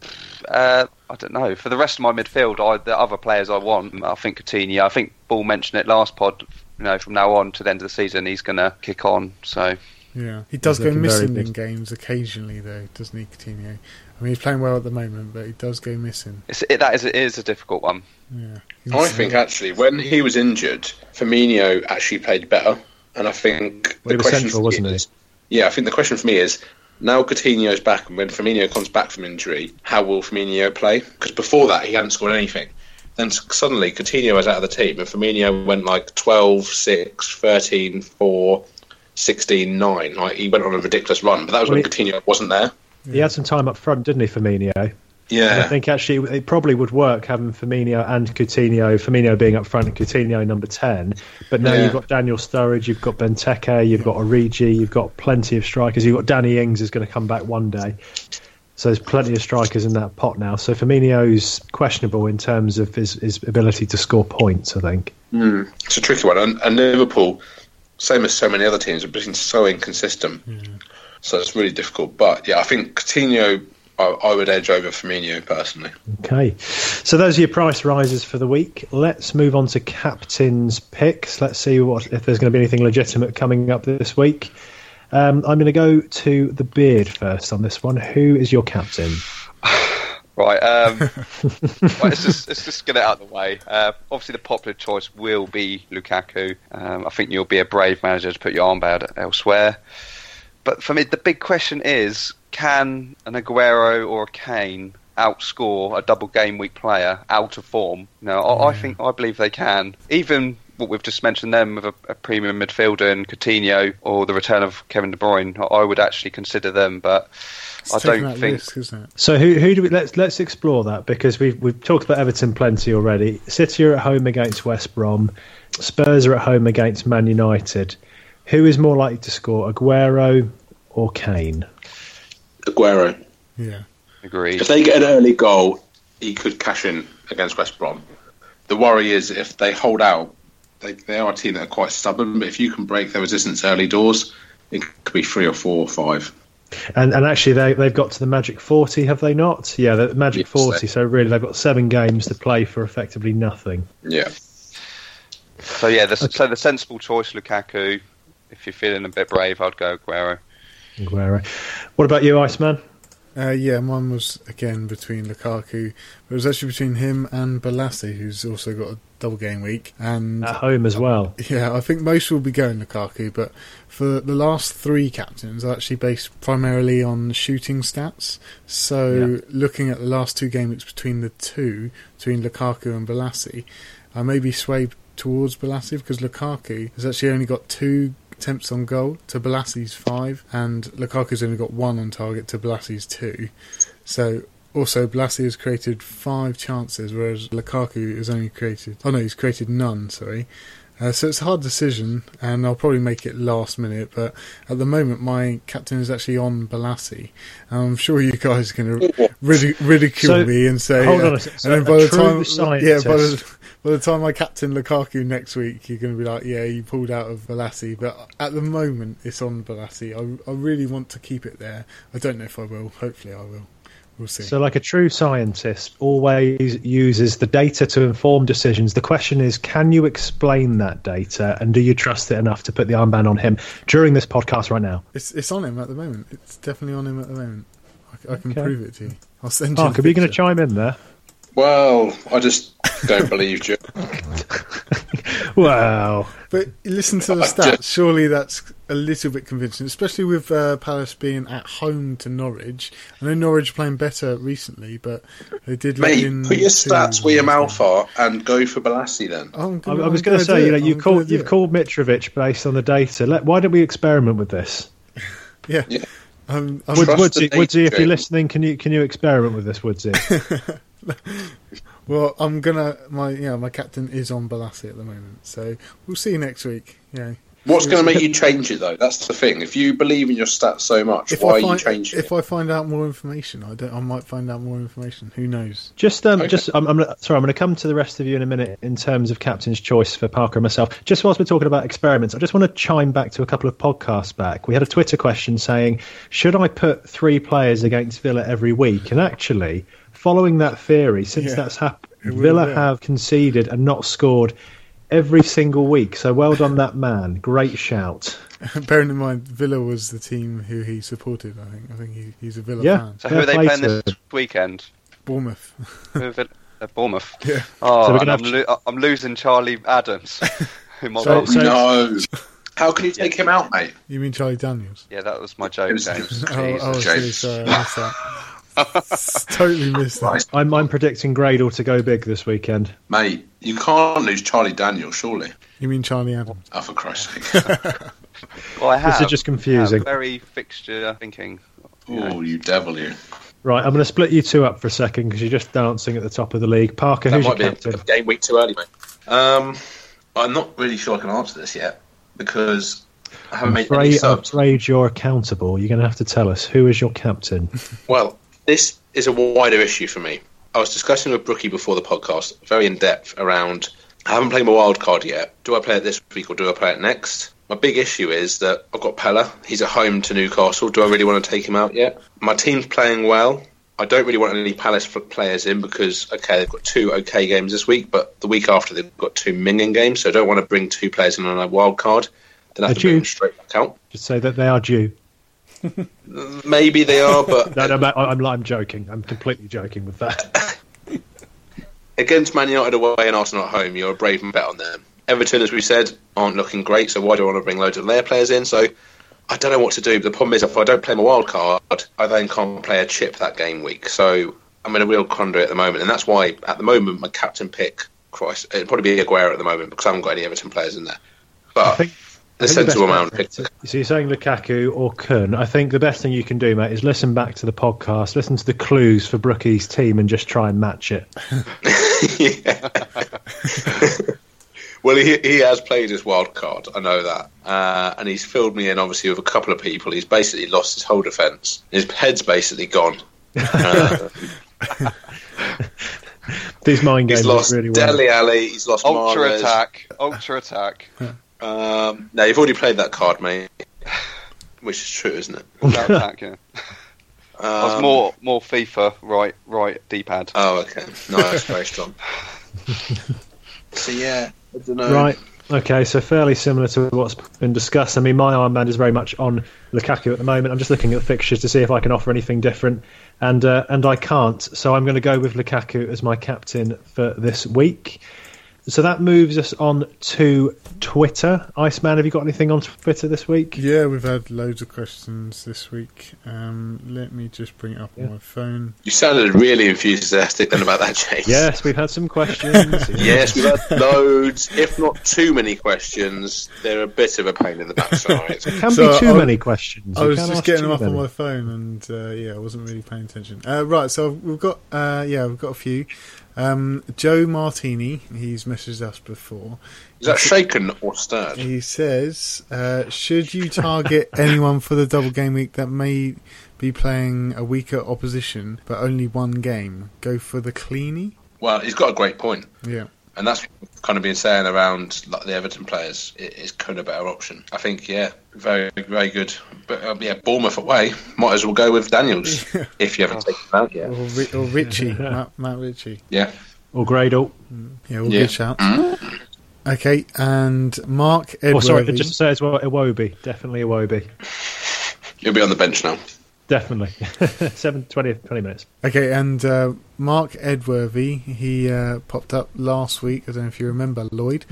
S3: Uh, I don't know. For the rest of my midfield, I, the other players I want, I think Coutinho. I think Ball mentioned it last pod. you know, from now on to the end of the season, he's going to kick on. So
S4: Yeah, he does
S1: He's
S4: go
S1: looking very
S4: missing
S1: good.
S4: in games occasionally, though, doesn't he, Coutinho? I mean, he's playing well at the moment, but he does go missing.
S3: it's, it, that is, it is a difficult one.
S4: Yeah, uh,
S2: I think actually when he was injured, Firmino actually played better, and I think
S1: Well, he was
S2: question
S1: central,
S2: for me
S1: wasn't he?
S2: is- Yeah, I think the question for me is now Coutinho's back, and when Firmino comes back from injury, how will Firmino play? Because before that he hadn't scored anything. Then s- suddenly Coutinho was out of the team, and Firmino went like 12, 6, 13, 4, 16, 9. Like he went on a ridiculous run, but that was when
S1: Well,
S2: Coutinho wasn't there.
S1: He had some time up front, didn't he, Firmino? And I
S2: Yeah,
S1: think actually it probably would work having Firmino and Coutinho, Firmino being up front and Coutinho number 10. But now
S2: Yeah.
S1: you've got Daniel Sturridge, you've got Benteke, you've got Origi, you've got plenty of strikers. You've got Danny Ings is going to come back one day. So there's plenty of strikers in that pot now. So Firmino's questionable in terms of his, his ability to score points, I think.
S2: it's a tricky one. And, and Liverpool, same as so many other teams, have been so inconsistent. So it's really difficult. But yeah, I think Coutinho, I, I would edge over Firmino personally.
S1: Okay. So those are your price rises for the week. Let's move on to captain's picks. Let's see what if there's going to be anything legitimate coming up this week. Um, I'm going to go to the beard first on this one. Who is your captain?
S3: Right. Um, right, let's just let's just get it out of the way. Uh, obviously, the popular choice will be Lukaku. Um, I think you'll be a brave manager to put your armband elsewhere. But for me, the big question is: Can an Aguero or a Kane outscore a double game week player out of form? No, I, I think I believe they can. Even what we've just mentioned, them with a, a premium midfielder and Coutinho, or the return of Kevin De Bruyne, I, I would actually consider them. But
S4: It's
S3: I
S4: taking
S3: don't
S4: that
S3: think
S4: risk, isn't it?
S1: So who who do we let's let's explore that because we've we've talked about Everton plenty already. City are at home against West Brom. Spurs are at home against Man United. Who is more likely to score, Aguero or Kane?
S2: Aguero,
S4: Yeah,
S3: agree.
S2: if they get an early goal, he could cash in against West Brom. The worry is if they hold out, they, they are a team that are quite stubborn, but if you can break their resistance early doors, it could be three or four or five.
S1: And and actually, they they've got to the magic forty, have they not? Yeah, the magic
S2: Yes,
S1: forty.
S2: they-
S1: So really, they've got seven games to play for effectively nothing.
S2: Yeah.
S3: So yeah, the, so the sensible choice, Lukaku. If you're feeling a bit brave, I'd go Aguero.
S1: Aguero. What about you, Iceman?
S4: uh, yeah. Mine was again between Lukaku, but it was actually between him and Balassi, who's also got a double game week. And
S1: At home as well.
S4: Yeah, I think most will be going Lukaku, but for the last three captains are actually based primarily on shooting stats. So looking at the last two game weeks between the two, between Lukaku and Balassi, I may be swayed towards Balassi because Lukaku has actually only got two attempts on goal to Balassi's five, and Lukaku's only got one on target to Balassi's two. So also, Blassie has created five chances, whereas Lukaku has only created. Oh no, he's created none. Sorry. Uh, so it's a hard decision, and I'll probably make it last minute. But at the moment, my captain is actually on Balassi. I'm sure you guys are going to ridic- ridicule
S1: So-
S4: me and say,
S1: hold
S4: uh,
S1: on a sec. So
S4: and then
S1: a
S4: by the
S1: true
S4: time, yeah, by the,
S1: scientist.
S4: by the time I captain Lukaku next week, you're going to be like, yeah, you pulled out of Balassi. But at the moment, it's on Balassi. I, I really want to keep it there. I don't know if I will. Hopefully, I will. We'll see.
S1: So, like a true scientist, always uses the data to inform decisions. The question is, can you explain that data, and do you trust it enough to put the armband on him during this podcast right now?
S4: It's it's on him at the moment. It's definitely on him at the moment. I, c- I can
S1: Okay.
S4: prove it to you. I'll send you.
S1: Mark,
S4: the
S1: are you going to
S4: picture.
S1: chime in there?
S2: Well, I just don't believe you.
S1: Wow.
S4: But listen to the stats. Surely that's a little bit convincing, especially with uh, Palace being at home to Norwich. I know Norwich are playing better recently, but they did. let in
S2: Mate, put your
S4: two
S2: stats where your mouth
S4: last game.
S2: are and go for Balassi then.
S4: I'm
S1: I,
S4: gonna,
S1: I was going to
S4: I'm gonna
S1: say,
S4: do
S1: you know,
S4: it.
S1: you
S4: I'm
S1: called
S4: gonna do
S1: you've
S4: it.
S1: called Mitrovic based on the data. Let, why don't we experiment with this?
S4: Yeah.
S2: Yeah.
S4: Um,
S1: Wood,
S4: I'm,
S2: Trust
S1: Woodsy,
S2: the
S1: Woodsy, if
S2: nature.
S1: you're listening, can you can you experiment with this, Woodsy?
S4: well, I'm gonna my yeah my captain is on Balassi at the moment, so we'll see you next week. Yeah.
S2: What's going to make you change it though? That's the thing. If you believe in your stats so much,
S4: If
S2: why
S4: I
S2: are you
S4: find
S2: changing
S4: if
S2: it?
S4: I find out more information, I don't. I might find out more information. Who knows?
S1: just, um,
S2: Okay.
S1: just, I'm, I'm sorry, I'm going to come to the rest of you in a minute in terms of captain's choice for Parker and myself. Just whilst we're talking about experiments, I just want to chime back to a couple of podcasts back. We had a Twitter question saying, "Should I put three players against Villa every week?" And actually, following that theory, since
S4: Yeah.
S1: that's happened,
S4: It will,
S1: Villa
S4: yeah.
S1: have conceded and not scored every single week. So well done, that man. Great shout.
S4: Bearing in mind, Villa was the team who he supported. I think. I think he, he's a Villa
S1: Yeah.
S4: fan.
S3: So
S1: Fair
S3: who are they
S1: play
S3: playing
S1: to-
S3: this weekend?
S4: Bournemouth.
S3: Who are Vill- uh, Bournemouth.
S4: Yeah.
S3: Oh,
S1: So we're
S3: and
S1: gonna
S3: I'm,
S1: have
S3: lo- I'm losing Charlie Adams. who my
S1: So-
S3: well-
S1: so-
S5: no.
S2: How can you take him out, mate?
S4: You mean Charlie Daniels?
S3: yeah, that was my joke,
S5: Who's-
S3: James.
S4: Oh, oh,
S5: Jesus.
S4: sorry, sorry, I missed that. totally missed that.
S5: Right.
S1: I'm, I'm predicting Gradle to go big this weekend.
S5: Mate, you can't lose Charlie Daniel, surely.
S4: You mean Charlie Adams?
S5: Oh, for Christ's sake.
S3: Well, I have.
S1: This is just confusing.
S3: have very fixture thinking.
S5: Oh, you devil, you.
S1: Right, I'm going to split you two up for a second because you're just dancing at the top of the league. Parker,
S2: That
S1: who's your
S2: might be
S1: captain?
S2: a, a game week too early, mate. Um, I'm not really sure I can answer this yet because I haven't
S1: I'm
S2: made any
S4: uh,
S1: afraid, I'm
S2: subs.
S1: afraid you're accountable. You're going to have to tell us who is your captain.
S2: Well, this is a wider issue for me. I was discussing with Brookie before the podcast, very in depth, around I haven't played my wild card yet. Do I play it this week or do I play it next? My big issue is that I've got Pella. He's at home to Newcastle. Do I really want to take him out yet? My team's playing well. I don't really want any Palace f- players in because, okay, they've got two okay games this week, but the week after they've got two minging games, so I don't want to bring two players in on a wild card. Then I have
S1: Are
S2: to bring
S1: you-
S2: them straight back out.
S1: Just say that they are due.
S2: Maybe they are, but
S1: No, no, Matt, I- I'm, I'm joking. I'm completely joking with that.
S2: against Man United away and Arsenal at home, you're a brave bet on them. Everton, as we said, aren't looking great, so why do I want to bring loads of their players in? So I don't know what to do. The problem is, if I don't play my wild card, I then can't play a chip that game week. So I'm in a real quandary at the moment, and that's why at the moment my captain pick, Christ, it'd probably be Aguero at the moment because I haven't got any Everton players in there.
S1: I
S2: But
S1: think
S2: Oh, the
S1: I think
S2: sensible
S1: best
S2: amount
S1: bet-
S2: pick.
S1: So you're saying Lukaku or Kun? I think the best thing you can do, mate, is listen back to the podcast, listen to the clues for Brookie's team, and just try and match it.
S2: Yeah. well, he, he has played his wild card. I know that, uh, and he's filled me in obviously with a couple of people. He's basically lost his whole defence. His head's basically gone. Uh,
S1: These mind games
S2: he's
S1: are
S2: lost
S1: really well.
S2: Deli Alley. He's lost
S3: Ultra
S2: Mahrez.
S3: attack. Ultra attack.
S2: Um, no, you've already played that card, mate. Which is true, isn't it?
S3: Ultra attack, yeah.
S2: Um,
S3: I was more more FIFA right right D pad.
S2: Oh, okay. No, that's very strong. so yeah, I don't know.
S1: Right. Okay, so fairly similar to what's been discussed. I mean, my Ironman is very much on Lukaku at the moment. I'm just looking at the fixtures to see if I can offer anything different, and uh, and I can't. So I'm going to go with Lukaku as my captain for this week. So that moves us on to Twitter. Iceman, have you got anything on Twitter this week?
S4: Yeah, we've had loads of questions this week. Um, let me just bring it up
S1: Yeah.
S4: on my phone.
S2: You sounded really enthusiastic then about that, James.
S1: Yes, we've had some questions.
S2: Yes, we've had loads, if not too many questions. They're a bit of a pain in the backside.
S1: There can
S4: So
S1: be too
S4: I-
S1: many questions.
S4: I
S1: You
S4: was
S1: can't
S4: just
S1: ask
S4: getting them
S1: too
S4: up on
S1: many.
S4: my phone, and uh, yeah, I wasn't really paying attention. Uh, right, so we've got uh, yeah, we've got a few. Um, Joe Martini, he's messaged us before.
S2: Is that shaken or stirred?
S4: He says, uh, should you target anyone for the double game week that may be playing a weaker opposition but only one game? Go for the cleanie.
S2: Well, he's got a great point,
S4: Yeah,
S2: and that's what I've kind of been saying around like the Everton players. It is kind of a better option, I think. Yeah, very, very good. But uh, yeah, Bournemouth away, might as well go with Daniels if you haven't taken him out
S4: or,
S2: yet.
S4: Ri- or Richie, Matt, Matt Richie.
S2: Yeah,
S1: Or Gradle.
S4: Yeah, all
S2: Yeah. Mm.
S4: good shout. Okay, and Mark Edworthy.
S1: Or Oh, sorry, just to say as well, Iwobi. Definitely Iwobi.
S2: he'll be on the bench now.
S1: Definitely. Seven, 20, 20 minutes.
S4: Okay, and uh, Mark Edworthy, he uh, popped up last week. I don't know if you remember, Lloyd.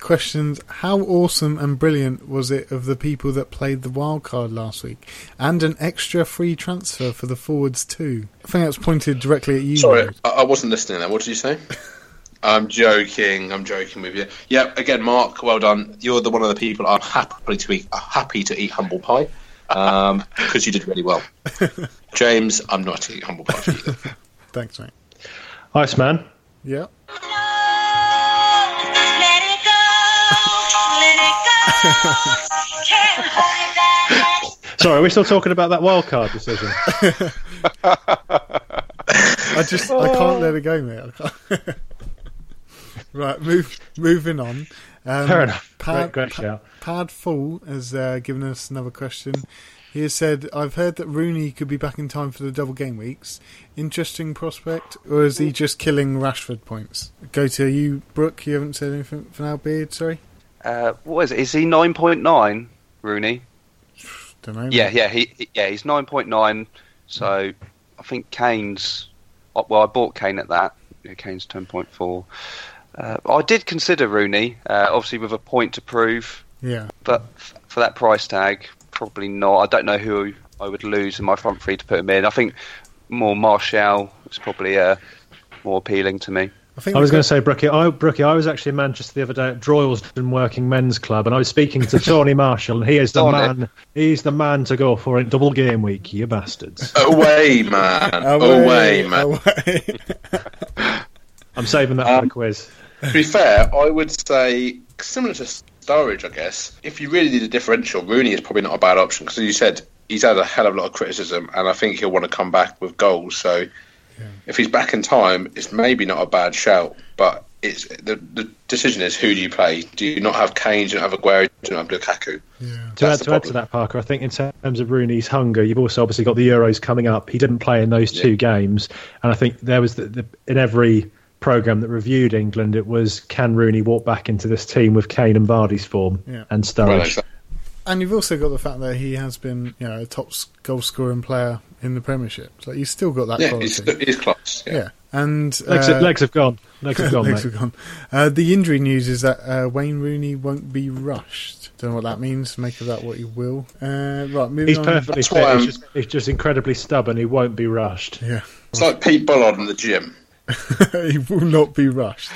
S4: Questions How awesome and brilliant was it of the people that played the wild card last week? And an extra free transfer for the forwards, too. I think that's pointed directly at you.
S2: Sorry,
S4: Lloyd.
S2: I, I wasn't listening there. What did you say? I'm joking. I'm joking with you. Yeah, again, Mark, well done. You're the one of the people I'm happy to eat. uh, Happy to eat humble pie because you did really well. James, I'm not eating humble pie for you.
S4: Thanks, mate.
S1: Iceman.
S4: Yeah.
S6: Let it go, let it go. Can't hold it back.
S1: Sorry, are we still talking about that wild card decision?
S4: I just I can't let it go, mate. I can't. right, move, moving on. Um,
S1: Fair enough.
S4: Pad,
S1: great great
S4: Pa-
S1: shout.
S4: Pad Fool has uh, given us another question. He has said, I've heard that Rooney could be back in time for the double game weeks. Interesting prospect, or is he just killing Rashford points? Go to you, Brooke. You haven't said anything for now, Beard, sorry?
S3: Uh, what is it? Is he nine point nine, Rooney?
S4: Don't know.
S3: Yeah, yeah, he he- yeah, he's nine point nine. So I think Kane's. uh, Well, I bought Kane at that. Yeah, Kane's ten point four. Uh, I did consider Rooney, uh, obviously with a point to prove,
S4: Yeah.
S3: but f- for that price tag, probably not. I don't know who I would lose in my front three to put him in. I think more Martial is probably uh, more appealing to me.
S4: think
S1: I was
S4: we've
S1: going
S4: got-
S1: to say, Brookie, I, Brookie, I was actually in Manchester the other day at Droylsden Working Men's Club, and I was speaking to Tony Marshall, and he is the
S3: Tony.
S1: man. He's the man to go for in double game week, you bastards.
S2: Away, man. Away, man.
S4: away.
S1: I'm saving that for
S2: Um,
S1: the quiz.
S2: to be fair, I would say similar to Sturridge, I guess. If you really need a differential, Rooney is probably not a bad option because, as you said, he's had a hell of a lot of criticism, and I think he'll want to come back with goals. So, if he's back in time, it's maybe not a bad shout. But it's the the decision is who do you play? Do you not have Kane? Do you not have Aguero? Do you not have Lukaku?
S4: yeah.
S1: To add,
S2: That's the
S1: to add to
S2: problem.
S1: that, Parker, I think in terms of Rooney's hunger, you've also obviously got the Euros coming up. He didn't play in those two games, and I think there was the, the, in every program that reviewed England, it was can Rooney walk back into this team with Kane and Vardy's form
S4: Yeah.
S1: and
S2: Well,
S1: Sturridge?
S2: exactly.
S4: And you've also got the fact that he has been, you know, a top s- goal scoring player in the Premiership. So he's still got that
S2: Yeah,
S4: quality.
S2: he's, he's class.
S4: yeah.
S2: Yeah.
S4: And
S1: legs,
S4: uh,
S1: legs have gone. Legs have gone.
S4: legs
S1: mate.
S4: are gone. Uh, the injury news is that uh, Wayne Rooney won't be rushed. Don't know what that means. Make of that what you will. Uh, right, moving
S1: He's
S4: on.
S1: perfectly
S2: That's
S1: fit.
S2: why
S1: He's
S2: I'm-
S1: just, he's just incredibly stubborn. He won't be rushed.
S4: Yeah,
S2: It's like Pete Bollard in the gym.
S4: he will not be rushed.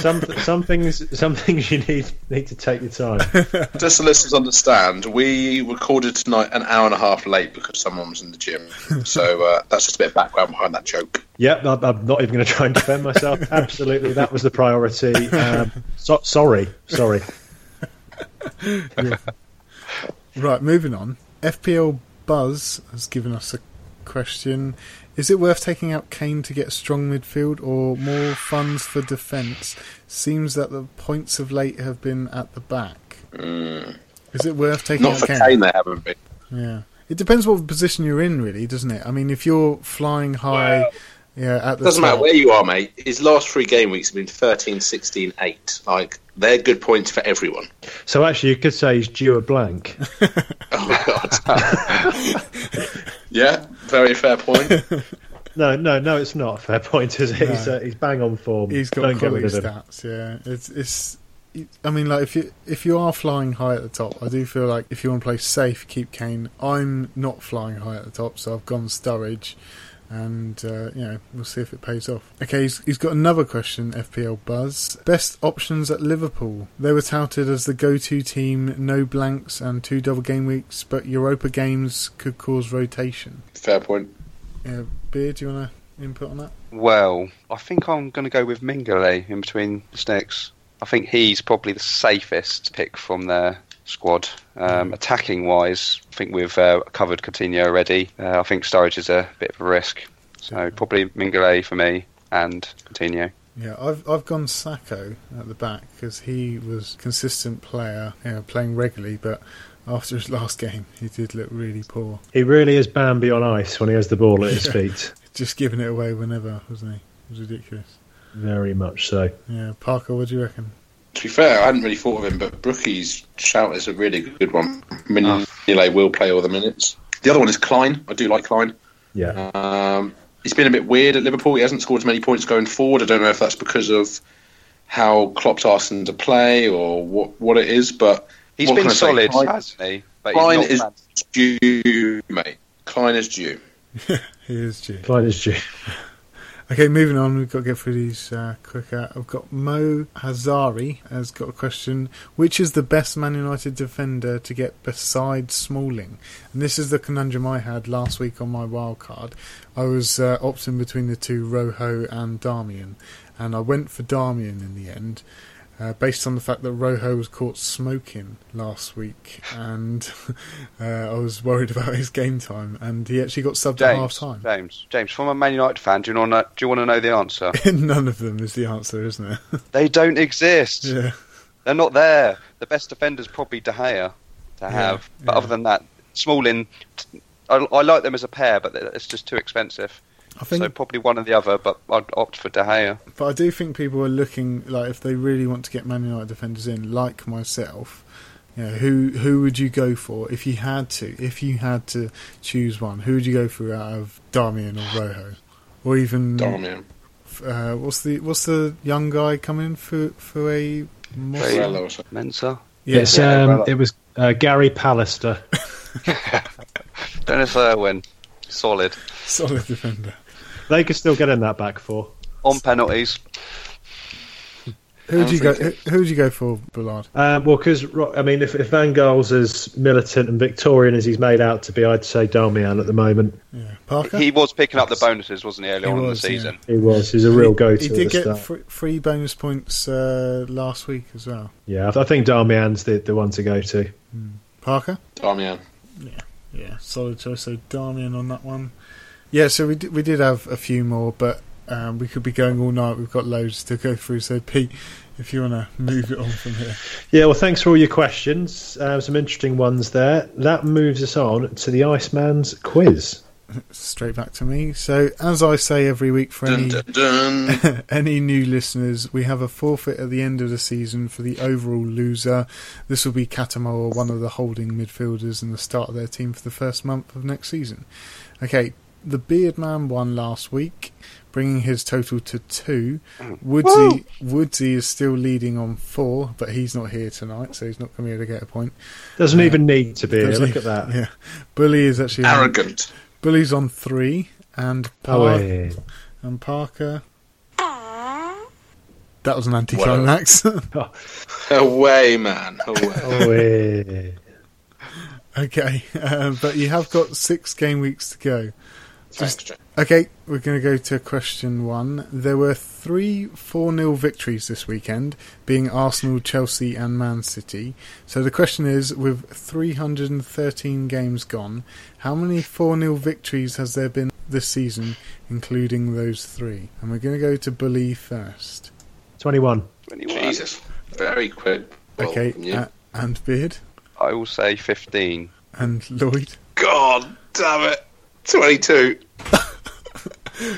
S1: Some some things some things you need need to take your time.
S2: Just so listeners understand, we recorded tonight an hour and a half late because someone was in the gym. So uh, that's just a bit of background behind that joke.
S1: Yep, I'm, I'm not even going to try and defend myself. Absolutely, that was the priority. Um, so, sorry, sorry.
S4: right, moving on. FPL Buzz has given us a question. Is it worth taking out Kane to get strong midfield or more funds for defence? Seems that the points of late have been at the back. Is it worth taking
S2: Not
S4: out
S2: for
S4: Kane?
S2: Kane, they haven't been.
S4: Yeah. It depends what position you're in, really, doesn't it? I mean, if you're flying high, yeah, at the
S2: Doesn't
S4: top,
S2: matter where you are, mate. His last three game weeks have been 13, 16, 8. Like, they're good points for everyone.
S1: So actually, you could say he's due a blank.
S2: Oh, my God. yeah, very fair point.
S1: No, no, no, it's not a fair point, is it? He's, uh, he's bang on form.
S4: he's got
S1: Don't get
S4: quality
S1: rid of him.
S4: stats. Yeah, it's it's. I mean, like if you if you are flying high at the top, I do feel like if you want to play safe, keep Kane. I'm not flying high at the top, so I've gone Sturridge, and uh, you know we'll see if it pays off. Okay, he's, he's got another question. FPL Buzz best options at Liverpool. They were touted as the go-to team, no blanks and two double game weeks, but Europa games could cause rotation.
S2: Fair point.
S4: Yeah, Beard, do you want to input on that?
S3: Well, I think I'm going to go with Mingale in between the sticks. I think he's probably the safest pick from their squad.
S2: Mm.
S3: Um, attacking wise, I think we've uh, covered Coutinho already. Uh, I think Sturridge is a bit of a risk. So probably Mingale for me and Coutinho.
S4: Yeah, I've I've gone Sacco at the back because he was consistent player, you know, playing regularly. But after his last game, he did look really poor,
S1: He really is Bambi on ice when he has the ball at his feet.
S4: just giving it away whenever, wasn't he? It was ridiculous.
S1: Very much so.
S4: Yeah, Parker, what do you reckon?
S2: To be fair, I hadn't really thought of him, but Brookie's shout is a really good one. Mignolet will play all the minutes. The other one is Klein. I do like Klein.
S1: Yeah.
S2: Um, it's been a bit weird at Liverpool. He hasn't scored as many points going forward. I don't know if that's because of how Klopp's asked him to play or what what it is, but
S3: He's
S2: what
S3: been
S2: can I say?
S3: solid,
S2: Klein,
S3: hasn't he? But he's
S2: Klein
S3: not
S2: is
S3: bad.
S2: due, mate. Klein is due.
S4: Here's G.
S1: Clyde is due.
S4: Okay, moving on. We've got to get through these uh, quicker. I've got Mo Hazari has got a question. Which is the best Man United defender to get besides Smalling? And this is the conundrum I had last week on my wild card. I was uh, opting between the two, Rojo and Darmian, and I went for Darmian in the end. Uh, based on the fact that Rojo was caught smoking last week, and uh, I was worried about his game time, and he actually got subbed at half
S3: James,
S4: time.
S3: James, James, from a Man United fan, do you want to, do you want to know the answer?
S4: None of them is the answer, isn't it?
S3: they don't exist.
S4: Yeah,
S3: They're not there. The best defender's probably De Gea to have. But
S4: yeah.
S3: other than that, Smalling, I, I like them as a pair, but it's just too expensive.
S4: I think
S3: so probably one or the other, but I'd opt for De Gea.
S4: But I do think people are looking like if they really want to get Man United defenders in, like myself. You know, who who would you go for if you had to? If you had to choose one, who would you go for out of Darmian or Rojo, or even
S5: Darmian.
S4: Uh, what's the what's the young guy coming for for a? Mos-
S3: Right.
S5: Varela or something.
S3: Mensa.
S1: It's
S3: Yeah,
S1: um,
S3: well-
S1: it was uh, Gary Pallister.
S3: Dennis Irwin, solid
S4: solid defender.
S1: They could still get in that back four.
S3: on penalties.
S4: Who would you go?
S5: don't
S4: Who, who would you go for, Ballard?
S1: Um, well, because I mean, if, if Van Gaal's as militant and Victorian as he's made out to be, I'd say Darmian at the moment.
S4: Yeah, Parker.
S3: He was picking up the bonuses, wasn't he, early
S4: He
S3: on
S4: was,
S3: in
S4: yeah.
S3: the season?
S1: He was. He's a real
S4: He-
S1: go-to.
S4: He
S1: at
S4: did
S1: the
S4: get
S1: start.
S4: fr- three bonus points uh, last week as well.
S1: yeah, I th- I think Darmian's the, the one to go to.
S4: Parker.
S5: Darmian.
S4: Yeah, solid choice. So Darmian on that one. Yeah, so we did, we did have a few more, but um, we could be going all night. We've got loads to go through. So Pete, if you want to move it on from here,
S1: Yeah, well, thanks for all your questions. Uh, some interesting ones there. That moves us on to the Iceman's quiz.
S4: straight back to me. So as I say every week for
S5: Dun,
S4: any
S5: dun, dun.
S4: any new listeners, we have a forfeit at the end of the season for the overall loser. This will be Katamoa, one of the holding midfielders, and the start of their team for the first month of next season. Okay, the Beard Man won last week, bringing his total to two. Woodsy, Woodsy is still leading on four, but he's not here tonight, so he's not going to be able to get a point.
S1: Doesn't even need to be here.
S4: Does he?
S1: Look at that.
S4: Yeah, Bully is actually on,
S5: Arrogant.
S4: Bully's on three, and
S1: Oh,
S4: Par-
S1: yeah.
S4: and Parker. That was an
S5: uh,
S4: anticlimax.
S5: Away, man. Away.
S1: Oh, yeah.
S4: Okay, uh, but you have got six game weeks to go.
S5: Thanks, Jack.
S4: Okay, we're going to go to question one. There were three 4 0 victories this weekend, being Arsenal, Chelsea, and Man City. So the question is with 313 games gone, how many 4 0 victories has there been this season, including those three? And we're going to go to Bully first.
S1: 21.
S3: 21.
S5: Jesus. Very quick. Well,
S4: Okay,
S5: yeah.
S4: uh, and Beard,
S3: I will say 15.
S4: and Lloyd.
S5: God damn it. 22.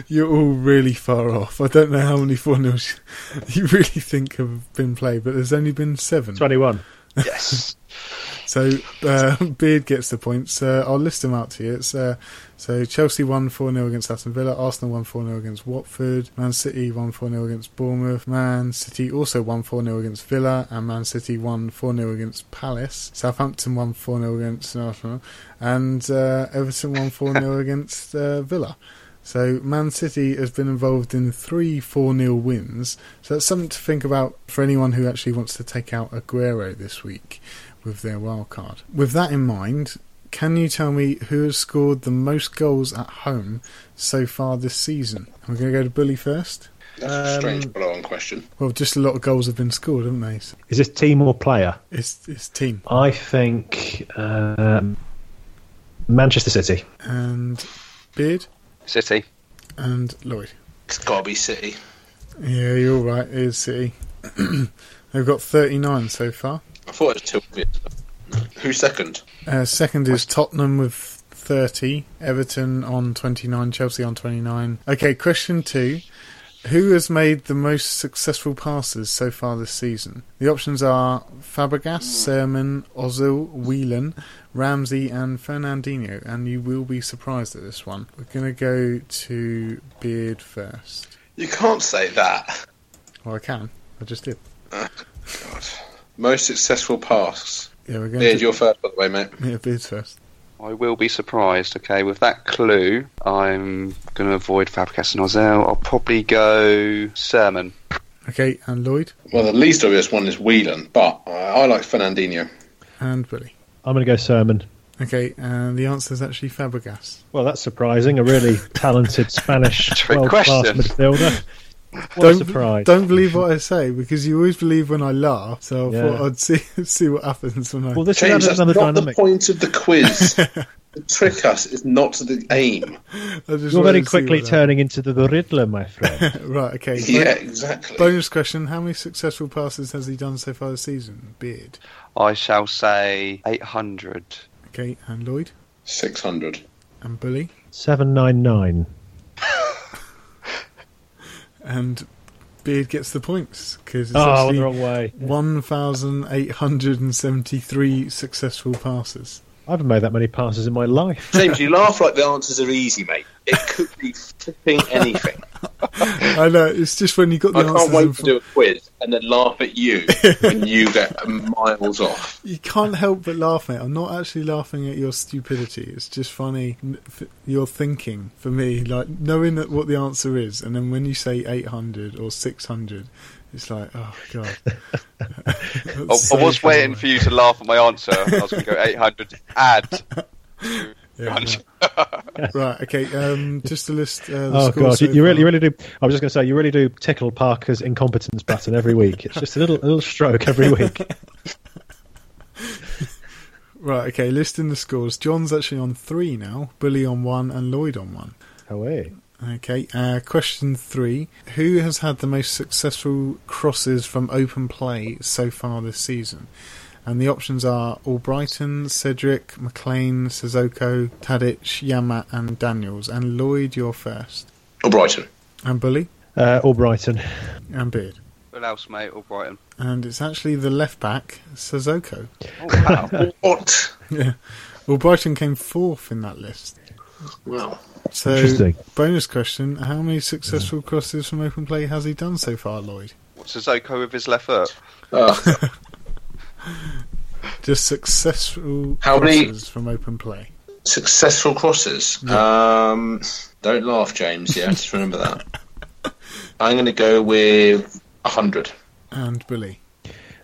S4: You're all really far off. I don't know how many 4 nils you really think have been played, but there's only been seven.
S1: 21.
S3: Yes.
S4: So uh, Beard gets the points. Uh, I'll list them out to you. It's, uh, so Chelsea won 4 0 against Aston Villa, Arsenal won 4 0 against Watford, Man City won 4 0 against Bournemouth, Man City also won 4 0 against Villa, and Man City won 4 0 against Palace, Southampton won 4 0 against Arsenal, and uh, Everton won 4 0 against uh, Villa. So Man City has been involved in three 4 0 wins. So that's something to think about for anyone who actually wants to take out Aguero this week with their wild card. With that in mind, can you tell me who has scored the most goals at home so far this season? I'm going to go to Bully first.
S5: That's a strange
S1: Um,
S5: blow-on question.
S4: Well, just a lot of goals have been scored, haven't they? It's-
S1: Is this team or player?
S4: It's, it's team.
S1: I think um, Manchester City.
S4: And Beard
S3: City.
S4: and Lloyd.
S5: It's got to be City.
S4: Yeah, you're right. It is City. They've got 39 so far.
S5: I thought it was two obvious. Who's second?
S4: Uh, second is Tottenham with 30, Everton on 29, Chelsea on 29. Okay, question two. Who has made the most successful passes so far this season? The options are
S5: Hmm.
S4: Fabregas, Sermon, Ozil, Whelan, Ramsey, and Fernandinho. And you will be surprised at this one. We're going to go to Beard first.
S5: You can't say that.
S4: Well, I can. I just did.
S5: God. Most successful pass.
S4: Yeah, we're going
S5: Beard,
S4: to
S5: you're first, by the way, mate.
S4: yeah, Beard first.
S3: I will be surprised. Okay, with that clue, I'm going to avoid Fabregas and Ozil. I'll probably go Sermon.
S4: Okay, and Lloyd
S5: Well, the least obvious one is Whelan, but I, I like Fernandinho.
S4: and Billy.
S1: I'm going to go Sermon.
S4: Okay, and the answer is actually Fabregas.
S1: Well, that's surprising. A really talented Spanish
S3: Trick
S1: world-class
S3: question.
S1: midfielder. What a
S4: don't,
S1: surprise.
S4: don't believe what I say because you always believe when I laugh. So I
S1: Yeah.
S4: thought I'd see see what happens when I.
S1: Well, this
S5: James,
S1: is
S5: that's
S1: another
S5: not
S1: dynamic.
S5: the point of the quiz. To trick us is not the aim.
S4: I just
S1: You're
S4: wanted
S1: very
S4: to see
S1: quickly
S4: what
S1: turning into the, the Riddler, my friend.
S4: happened. Right. Okay.
S5: Yeah,
S4: Bo-
S5: exactly.
S4: Bonus question: How many successful passes has he done so far this season? Beard.
S3: I shall say 800.
S4: Gate and Lloyd
S5: 600.
S4: and Bully
S1: 799.
S4: and Beard gets the points because it's
S1: Oh, I went
S4: actually
S1: the wrong way.
S4: 1,873 successful passes.
S1: I haven't made that many passes in my life.
S2: James, you laugh like the answers are easy, mate. It could be flipping anything.
S4: I know it's just when you got the
S2: I
S4: answers.
S2: can't
S4: in
S2: wait to
S4: front-
S2: do a quiz and then laugh at you when you get miles off.
S4: You can't help but laugh, mate. I'm not actually laughing at your stupidity. It's just funny n- f- your thinking for me, like knowing that what the answer is, and then when you say 800 or 600, it's like, oh god.
S3: Oh, I, I was waiting for you to laugh at my answer. I was going to go 800 add.
S4: right. Okay. Um, just to list. Uh, the
S1: Oh
S4: score
S1: god,
S4: so
S1: you, you really,
S4: far.
S1: you really do. I was just going to say, you really do tickle Parker's incompetence button every week. It's just a little, a little stroke every week.
S4: Right, okay, listing the scores. John's actually on three now, Bully on one, and Lloyd on one.
S1: Away.
S4: Okay, uh, question three Who has had the most successful crosses from open play so far this season? And the options are Albrighton, Cedric, McLean, Sissoko, Tadic, Yama, and Daniels. And Lloyd, you're first.
S2: Or Brighton.
S4: And Bully,
S1: Uh, or Brighton.
S4: and Beard.
S3: What else, mate? Or Brighton?
S4: And it's actually the left back, Sissoko.
S3: Oh, wow.
S2: What?
S4: Yeah. Albrighton came fourth in that list.
S2: Well,
S4: So,
S1: Interesting.
S4: bonus question: How many successful crosses from open play has he done so far, Lloyd?
S3: What's Sissoko with his left foot?
S2: uh,
S4: Just successful
S2: How many-
S4: crosses from open play.
S2: successful crosses. Um, don't laugh, James. Yeah, just remember that. I'm going to go with 100.
S4: And Bully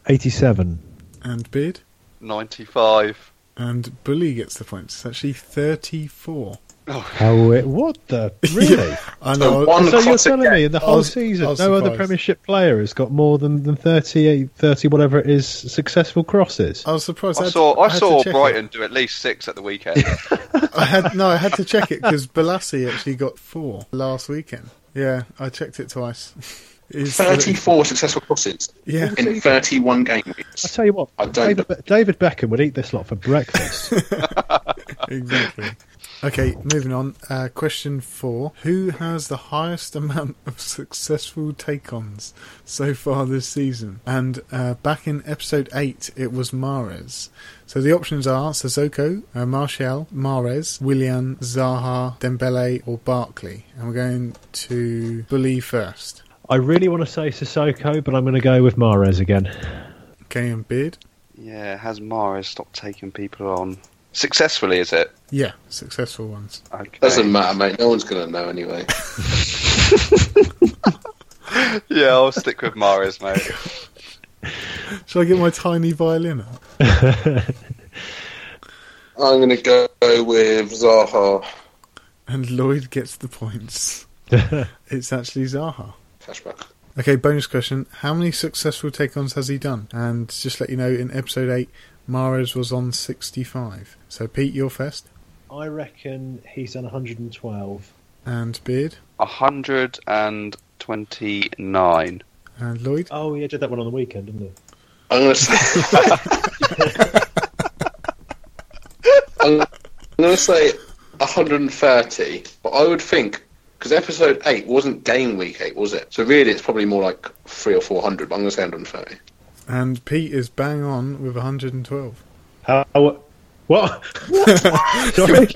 S1: Eighty-seven.
S4: and Beard
S3: 95.
S4: and Bully gets the points. It's actually thirty-four.
S1: How? Oh, It, what the? Really?
S4: I
S2: So
S4: know.
S2: one
S1: so you're
S2: cross a
S1: telling me in the
S4: I
S1: whole
S4: was-
S1: season,
S4: I
S1: no
S4: was
S1: other
S4: surprised.
S1: Premiership player has got more than than 38, 30, whatever it is, successful crosses.
S4: I was surprised.
S3: I
S4: had
S3: saw,
S4: to-
S3: I
S4: had to
S3: saw
S4: check
S3: Brighton do at least six at the weekend.
S4: it. I had no. I had to check it because Balassi actually got four last weekend. Yeah, I checked it twice. He's-
S2: 34 successful crosses
S4: Yeah.
S2: in 31 game
S1: I
S2: weeks.
S1: tell you what,
S2: I don't
S1: David, Be- David Beckham would eat this lot for breakfast.
S4: exactly. Okay, moving on. Uh, question four: Who has the highest amount of successful take-ons so far this season? And uh, back in episode eight, it was Mares. So the options are Sissoko, uh, Martial, Mares, Willian, Zaha, Dembele, or Barkley. And we're going to Bully first.
S1: I really want to say Sissoko, but I'm going to go with Mares again.
S4: Okay, and Beard.
S3: yeah, has Mara stopped taking people on? Successfully, is it?
S4: Yeah, successful ones.
S3: Okay.
S2: Doesn't matter, mate. No one's going to know anyway.
S3: Yeah, I'll stick with Mara's, mate.
S4: Shall I get my tiny violin out?
S2: I'm going to go with Zaha.
S4: And Lloyd gets the points. it's actually Zaha.
S2: Flashback.
S4: Okay, bonus question. How many successful take ons has he done? And just let you know, in episode 8, Mares was on 65. So, Pete, you're first.
S1: I reckon he's done 112.
S4: And Beard.
S3: 129.
S4: And Lloyd.
S1: Oh, yeah, did that one on the weekend, didn't he?
S2: I'm going to say. I'm going to say 130, but I would think because episode eight wasn't game week eight, was it? So really, it's probably more like three or four hundred. But I'm going to say 130.
S4: And Pete is bang on with 112.
S1: How? What? what? Sorry,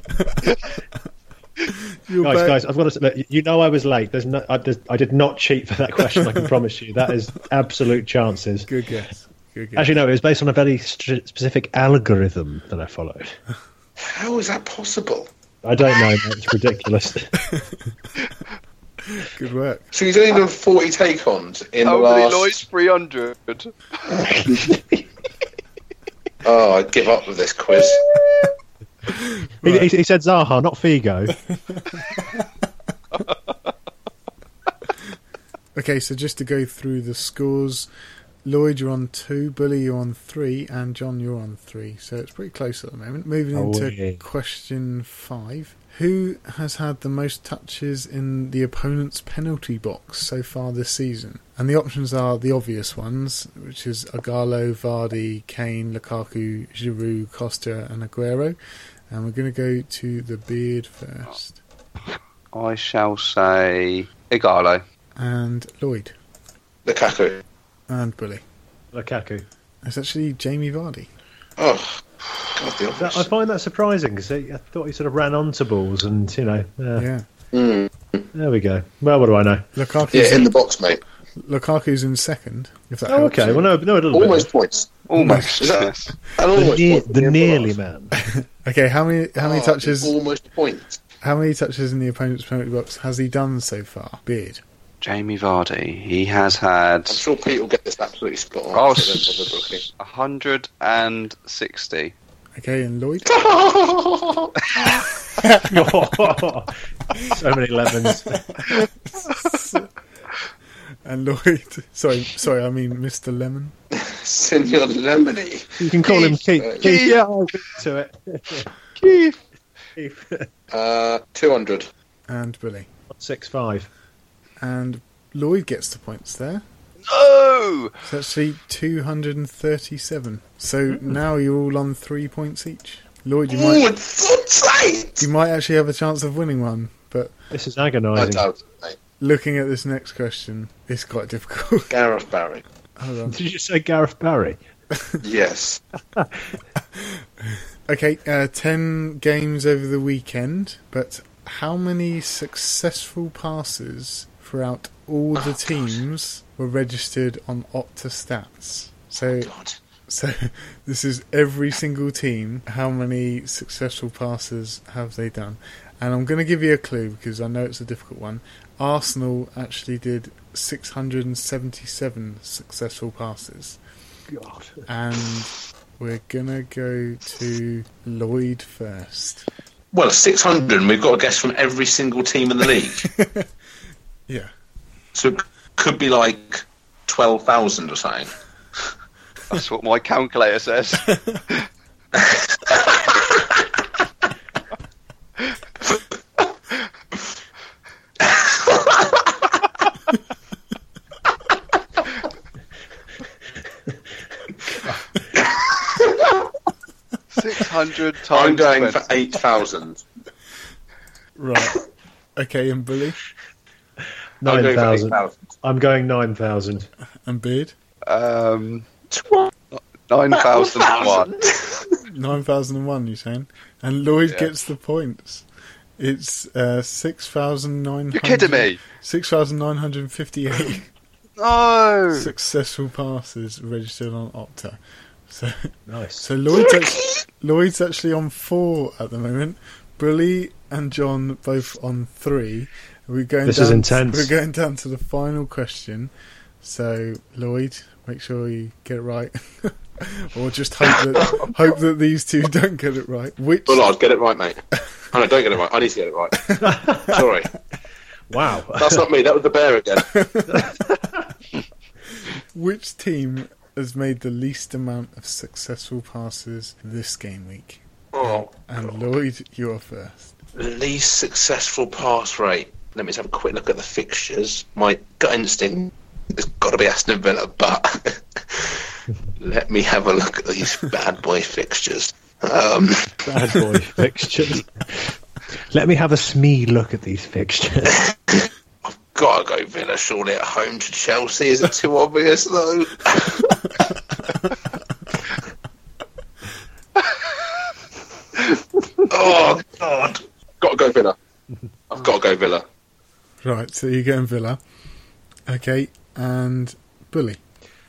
S4: You're
S1: guys,
S4: ba-
S1: guys. I've got to. say- Look, you know, I was late. There's no. I, there's, I did not cheat for that question. I can promise you. That is absolute chances.
S4: Good guess. Good guess.
S1: Actually, no. It was based on a very st- specific algorithm that I followed.
S2: How is that possible?
S1: I don't know. mate, It's ridiculous.
S4: Good work.
S2: So he's only done 40 take-ons in the
S3: How many
S2: last.
S3: Lloyd's 300?
S2: Oh, I give up with this quiz.
S1: he, he, he said Zaha, not Figo.
S4: Okay, so just to go through the scores Lloyd, you're on two. Bully, you're on three. And John, you're on three. So it's pretty close at the moment. Moving
S1: Oh,
S4: into
S1: yeah.
S4: question five. Who has had the most touches in the opponent's penalty box so far this season? And the options are the obvious ones, which is Agallo, Vardy, Kane, Lukaku, Giroud, Costa, and Aguero. And we're going to go to the beard first.
S3: I shall say Igalo.
S4: And Lloyd.
S2: Lukaku.
S4: And Bully.
S1: Lukaku.
S4: It's actually Jamie Vardy.
S2: Oh, God, the
S1: That, I
S2: obvious.
S1: find that surprising because I thought he sort of ran onto balls, and you know, uh,
S4: Yeah.
S2: Mm.
S1: there we go. Well, what do I know?
S4: Lukaku's,
S2: Yeah, in the box, mate.
S4: Lukaku's in second. If that
S1: Oh,
S4: helps
S1: okay.
S4: you.
S1: Well, no, no, a little
S2: Almost points.
S3: Almost.
S2: Is that-
S3: yes.
S2: And
S1: bit. The,
S2: almost
S1: near,
S2: points at
S1: the
S2: end of
S1: nearly
S2: last.
S1: man.
S4: Okay, how many how many
S2: Oh,
S4: touches
S2: Almost points.
S4: how many touches in the opponent's penalty box has he done so far? Beard.
S3: Jamie Vardy. He has had
S2: I'm sure Pete will get this absolutely spot on.
S3: oh,
S2: so don't bother looking.
S3: s- 160.
S4: Okay, and Lloyd.
S1: so many lemons.
S4: and Lloyd. Sorry, sorry, I mean Mr. Lemon.
S2: Senor Lemony.
S1: You can call him Keith.
S2: Keith.
S1: Keith, yeah, I'll be to it.
S3: Keith.
S1: Keith.
S2: Uh, 200.
S4: And Billy.
S1: Six five.
S4: And Lloyd gets the points there.
S3: No!
S4: It's actually two hundred and thirty seven. So
S1: Hmm.
S4: now you're all on three points each. Lloyd, you
S2: Oh,
S4: might
S2: it's so tight!
S4: you might actually have a chance of winning one, but
S1: This is
S2: I
S1: agonising.
S2: doubt it, mate.
S4: looking at this next question, it's quite difficult.
S2: Gareth Barry.
S4: Hold on.
S1: Did you say Gareth Barry?
S2: Yes.
S4: Okay, uh, 10 games over the weekend, but how many successful passes throughout all the teams were registered on Opta Stats? So,
S2: God.
S4: so this is every single team. How many successful passes have they done? And I'm going to give you a clue because I know it's a difficult one. Arsenal actually did 677 successful passes.
S1: God.
S4: And we're gonna go to Lloyd first.
S2: Well, 600, and we've got a guess from every single team in the league.
S4: Yeah.
S2: so it could be like 12,000 or something.
S3: That's what my calculator says. Six hundred times.
S2: I'm going for
S3: 20.
S2: 8,000.
S4: Right. okay, and Bully
S2: I'm
S1: Nine
S2: going for
S1: thousand.
S2: 8,000.
S1: I'm going nine thousand.
S4: and Beard.
S3: um, nine thousand one.
S4: Nine thousand and one, you're saying? And Lloyd
S3: Yeah.
S4: gets the points. It's uh six thousand nine
S3: You're kidding me?
S4: Six thousand nine hundred and fifty eight
S3: No.
S4: successful passes registered on Opta. So
S1: Nice.
S4: so Lloyd's actually, Lloyd's actually on four at the moment. Bully and John both on three. We're going
S1: This
S4: down
S1: is intense.
S4: we're going down to the final question. So Lloyd, make sure you get it right. or just hope that hope that these two don't get it right. Which
S2: Bullard, get it right, mate. Oh, no, don't get it right. I need to get it right. Sorry.
S1: Wow.
S2: That's not me. That was the bear again.
S4: which team has made the least amount of successful passes this game week?
S2: Oh,
S4: And Lloyd, you are first.
S2: least successful pass rate. Let me just have a quick look at the fixtures. My gut instinct has got to be Aston Villa, but let me have a look at these bad boy fixtures. Um,
S1: Bad boy fixtures. Let me have a smee look at these fixtures.
S2: gotta go Villa surely at home to Chelsea. Is it too obvious though? oh God! Gotta go Villa. I've got to go Villa.
S4: Right, so you're going Villa. Okay, and Bully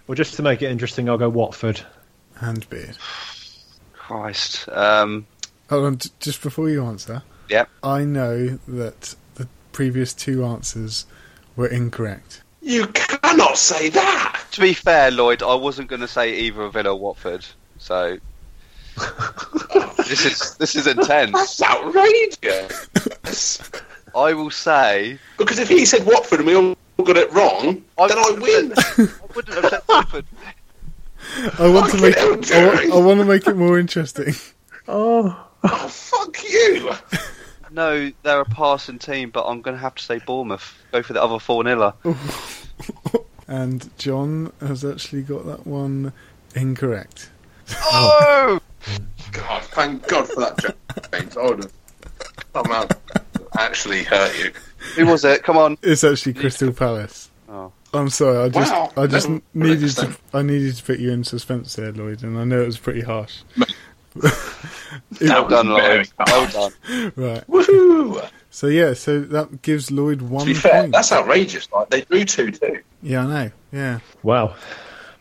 S1: well, just to make it interesting, I'll go Watford.
S4: and Beard.
S3: Christ. Um,
S4: Hold on, j- just before you answer.
S3: Yep.
S4: I know that the previous two answers were incorrect.
S2: You cannot say that.
S3: to be fair, Lloyd, I wasn't going to say either Villa or Watford. So uh, this is this is intense.
S2: That's outrageous.
S3: I will say
S2: Because if he said Watford and we all got it wrong,
S3: I
S2: then I win.
S3: wouldn't have said- I wouldn't have said Watford.
S4: I want to
S2: Fucking
S4: make
S2: hell,
S4: it, I,
S2: Terry.
S4: wa- I want to make it more interesting.
S1: Oh,
S2: Oh, fuck you!
S3: No, they're a passing team, but I'm going to have to say Bournemouth. Go for the other 4 0
S4: And John has actually got that one incorrect.
S3: Oh!
S2: God, thank God for that, James. I would have somehow actually hurt you.
S3: Who was it? Come on.
S4: It's actually Crystal Palace.
S3: Oh.
S4: I'm sorry. I just
S2: Wow.
S4: I just
S2: That was
S4: needed to
S2: excellent.
S4: I needed to put you in suspense there, Lloyd, and I know it was pretty harsh.
S3: Well done,
S2: was very
S3: Lloyd. Well done.
S4: Right.
S2: Woohoo!
S4: So yeah. So that gives Lloyd one
S2: To be fair,
S4: point.
S2: that's outrageous. Like they drew two two.
S4: yeah, I know. Yeah.
S1: wow.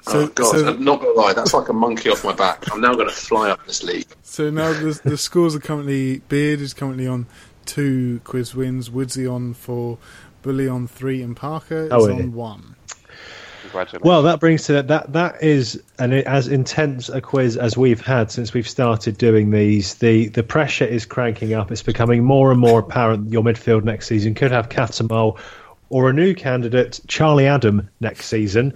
S4: So
S2: oh God,
S4: so,
S2: I'm not gonna lie, that's like a monkey off my back. I'm now gonna fly up this league.
S4: so now the the scores are currently Beard is currently on two quiz wins, Woodsy on four, Bully on three, and Parker is
S1: Oh, yeah.
S4: on one.
S3: Congratulations.
S1: Well, that brings to that that that is an as intense a quiz as we've had since we've started doing these. The the pressure is cranking up. It's becoming more and more apparent that your midfield next season could have Catamol or a new candidate, Charlie Adam, next season.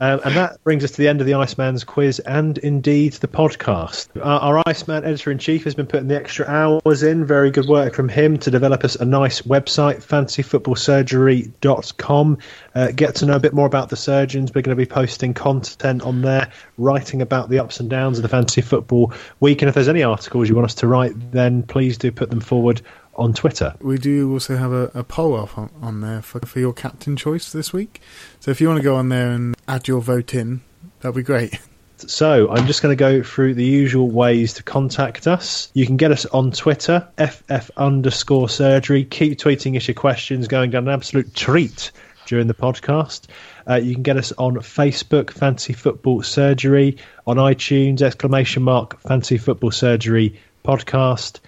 S1: um, and that brings us to the end of the Iceman's quiz and indeed the podcast. Our, our Iceman editor in chief has been putting the extra hours in. Very good work from him to develop us a nice website, fantasyfootballsurgery.com. Uh, get to know a bit more about the surgeons. We're going to be posting content on there, writing about the ups and downs of the fantasy football week. And if there's any articles you want us to write, then please do put them forward on Twitter.
S4: We do also have a, a poll off on, on there for, for your captain choice this week. So if you want to go on there and add your vote in, that'd be great.
S1: So I'm just going to go through the usual ways to contact us. You can get us on Twitter, FF underscore surgery. Keep tweeting us your questions, going down an absolute treat during the podcast. Uh, you can get us on Facebook, Fancy Football Surgery, on iTunes, exclamation mark, Fancy Football Surgery podcast.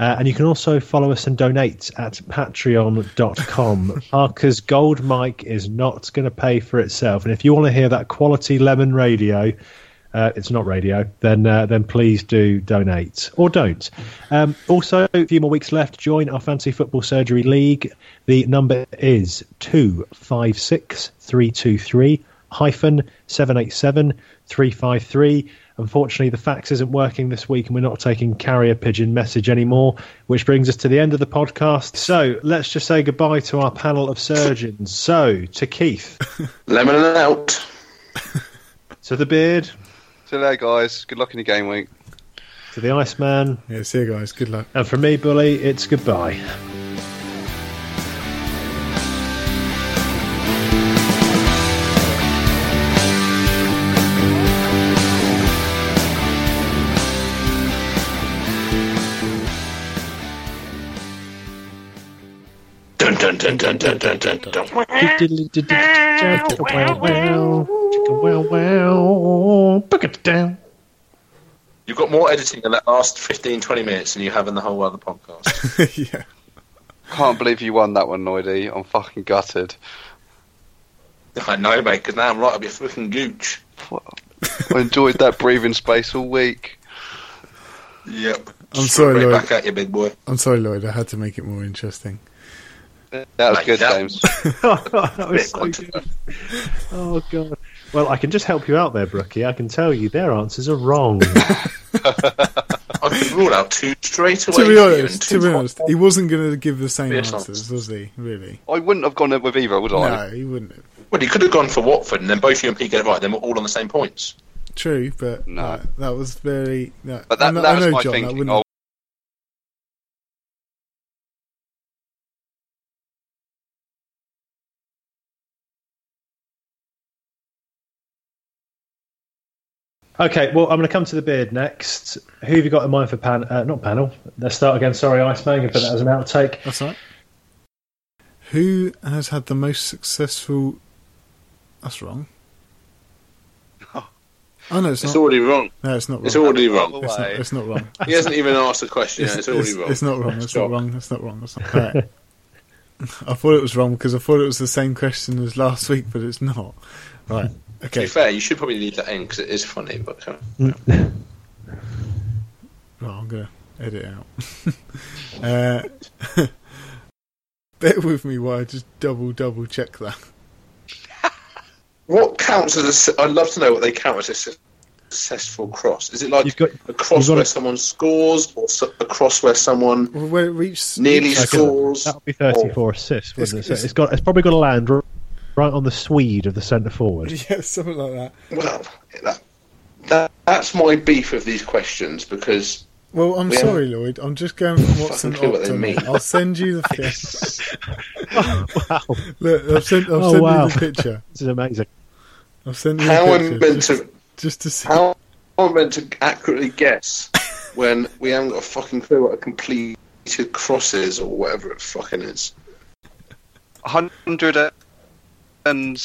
S1: Uh, and you can also follow us and donate at patreon.com. Parker's gold mic is not going to pay for itself. And if you want to hear that quality lemon radio, uh, it's not radio, then uh, then please do donate or don't. Um, also, a few more weeks left. Join our Fancy Football Surgery League. The number is two five six three two three hyphen seven eight seven three five three. Unfortunately, the fax isn't working this week, and we're not taking carrier pigeon message anymore, which brings us to the end of the podcast. So let's just say goodbye to our panel of surgeons. So to Keith,
S2: Lemon and out.
S1: to the beard,
S3: See you later, guys. Good luck in your game week.
S1: to the Iceman,
S4: Yeah, see you guys. Good luck.
S1: And for me, Bully, it's goodbye.
S2: Dun dun dun dun dun dun dun dun. You've got more editing in that last 15, 20 minutes than you have in the whole other podcast.
S4: yeah.
S3: Can't believe you won that one, Noidy. I'm fucking gutted.
S2: I know, mate, because now I'm right up your fucking gooch.
S3: I enjoyed that breathing space all week.
S2: Yep.
S4: I'm sorry,
S2: Straight
S4: Lloyd.
S2: back at you, big boy.
S4: I'm sorry, Lloyd. I had to make it more interesting.
S3: That was
S2: Mate,
S3: good,
S2: that-
S3: James.
S1: Oh, that was so good. Oh, God. Well, I can just help you out there, Brookie. I can tell you their answers are wrong.
S2: I can rule out two straight away.
S4: To be
S2: for you
S4: honest,
S2: and
S4: to
S2: two
S4: be honest,
S2: podcasts.
S4: he wasn't going to give the same
S2: Yes,
S4: answers, was he? Really?
S3: I wouldn't have gone with either, would I?
S4: No, he wouldn't. have.
S2: Well, you could have gone for Watford, and then both you and Pete get it right. Then we're all on the same points.
S4: True, but
S3: No.
S4: uh, that was very. No.
S3: But that,
S4: I know,
S3: that
S4: I
S3: was
S4: know,
S3: my
S4: John, That
S3: thinking. Oh.
S4: wouldn't
S3: I
S1: Okay, well, I'm going to come to the beard next. Who have you got in mind for pan? Uh, not panel. Let's start again. Sorry, Iceman. But that as an outtake.
S4: That's right. Who has had the most successful? That's wrong. Oh no, it's,
S2: It's
S4: not.
S2: already wrong.
S4: no, it's not wrong.
S2: It's already wrong.
S4: It's not, it's not wrong.
S2: He hasn't even asked the question.
S4: It's,
S2: It's, already
S4: it's-
S2: wrong.
S4: it's not wrong. It's not
S2: Stop.
S4: wrong. It's not wrong. It's not correct. I thought it was wrong because I thought it was the same question as last week, but it's not. Right.
S2: To be
S4: Okay.
S2: fair, you should probably leave that in because it is funny. But uh,
S4: Well, I'm gonna edit it out. uh, bear with me while I just double double check that.
S2: what counts as a? s- I'd love to know what they count as a successful cross? Is it like
S1: You've got-
S2: a cross
S1: you've got
S2: where
S1: a-
S2: someone scores, or so- a cross where someone
S4: Well, where it reached
S2: nearly
S1: Okay.
S2: scores?
S1: That would be 34 assists, wouldn't
S4: It's-
S1: it?
S4: it's-
S1: So it's got. It's probably got to land r- right on the Swede of the centre forward.
S4: yeah, something like that.
S2: Well, that, that, that's my beef with these questions because
S4: Well, I'm
S2: We haven't-
S4: sorry, Lloyd. I'm just going from what's
S2: Fucking
S4: an
S2: clue what they mean.
S4: optimum. I'll send you the picture.
S1: wow,
S4: Look, I've sent, I've
S1: Oh,
S4: sent
S1: wow.
S4: you the picture.
S1: this is amazing.
S4: I've sent you
S2: how
S4: the
S2: am
S4: picture.
S2: I meant
S4: just,
S2: to
S4: just to see.
S2: how am I meant to accurately guess when we haven't got a fucking clue what a completed cross is or whatever it fucking is?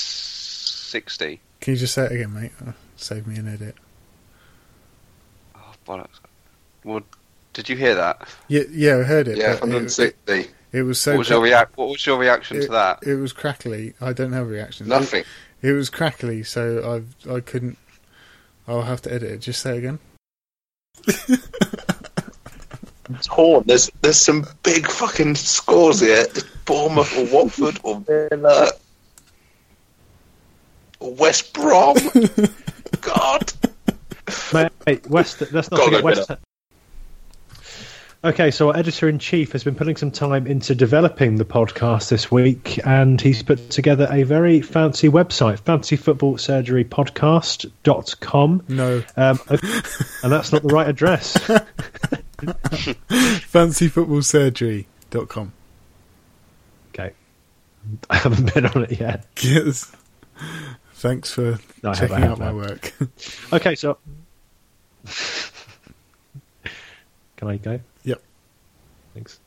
S3: 160.
S4: Can you just say it again, mate? Oh, save me an edit.
S3: Oh, bollocks. Well, did you hear that?
S4: Yeah, yeah, I heard it.
S2: Yeah,
S4: but it,
S2: 160.
S4: it was so.
S3: What was your,
S4: cra-
S3: reac- what was your reaction to that?
S4: It was crackly. I don't have reactions.
S2: Nothing.
S4: It, it was crackly, so I I couldn't. I'll have to edit it. Just say it again.
S2: Torn. There's there's some big fucking scores here. It's Bournemouth or Watford or Villa or West Brom. God.
S1: Mate, mate, West. Let's not
S2: Go on,
S1: forget
S2: go,
S1: West. Okay, so our editor in chief has been putting some time into developing the podcast this week, and he's put together a very fancy website, fancyfootballsurgerypodcast.com.
S4: No,
S1: Um, and that's not the right address.
S4: fancyfootballsurgery.com.
S1: Okay. I haven't been on it yet.
S4: Yes. Thanks for
S1: No, I have,
S4: checking
S1: I have,
S4: out
S1: I
S4: my
S1: have.
S4: work.
S1: Okay, so. Can I go?
S4: Yep.
S1: Thanks.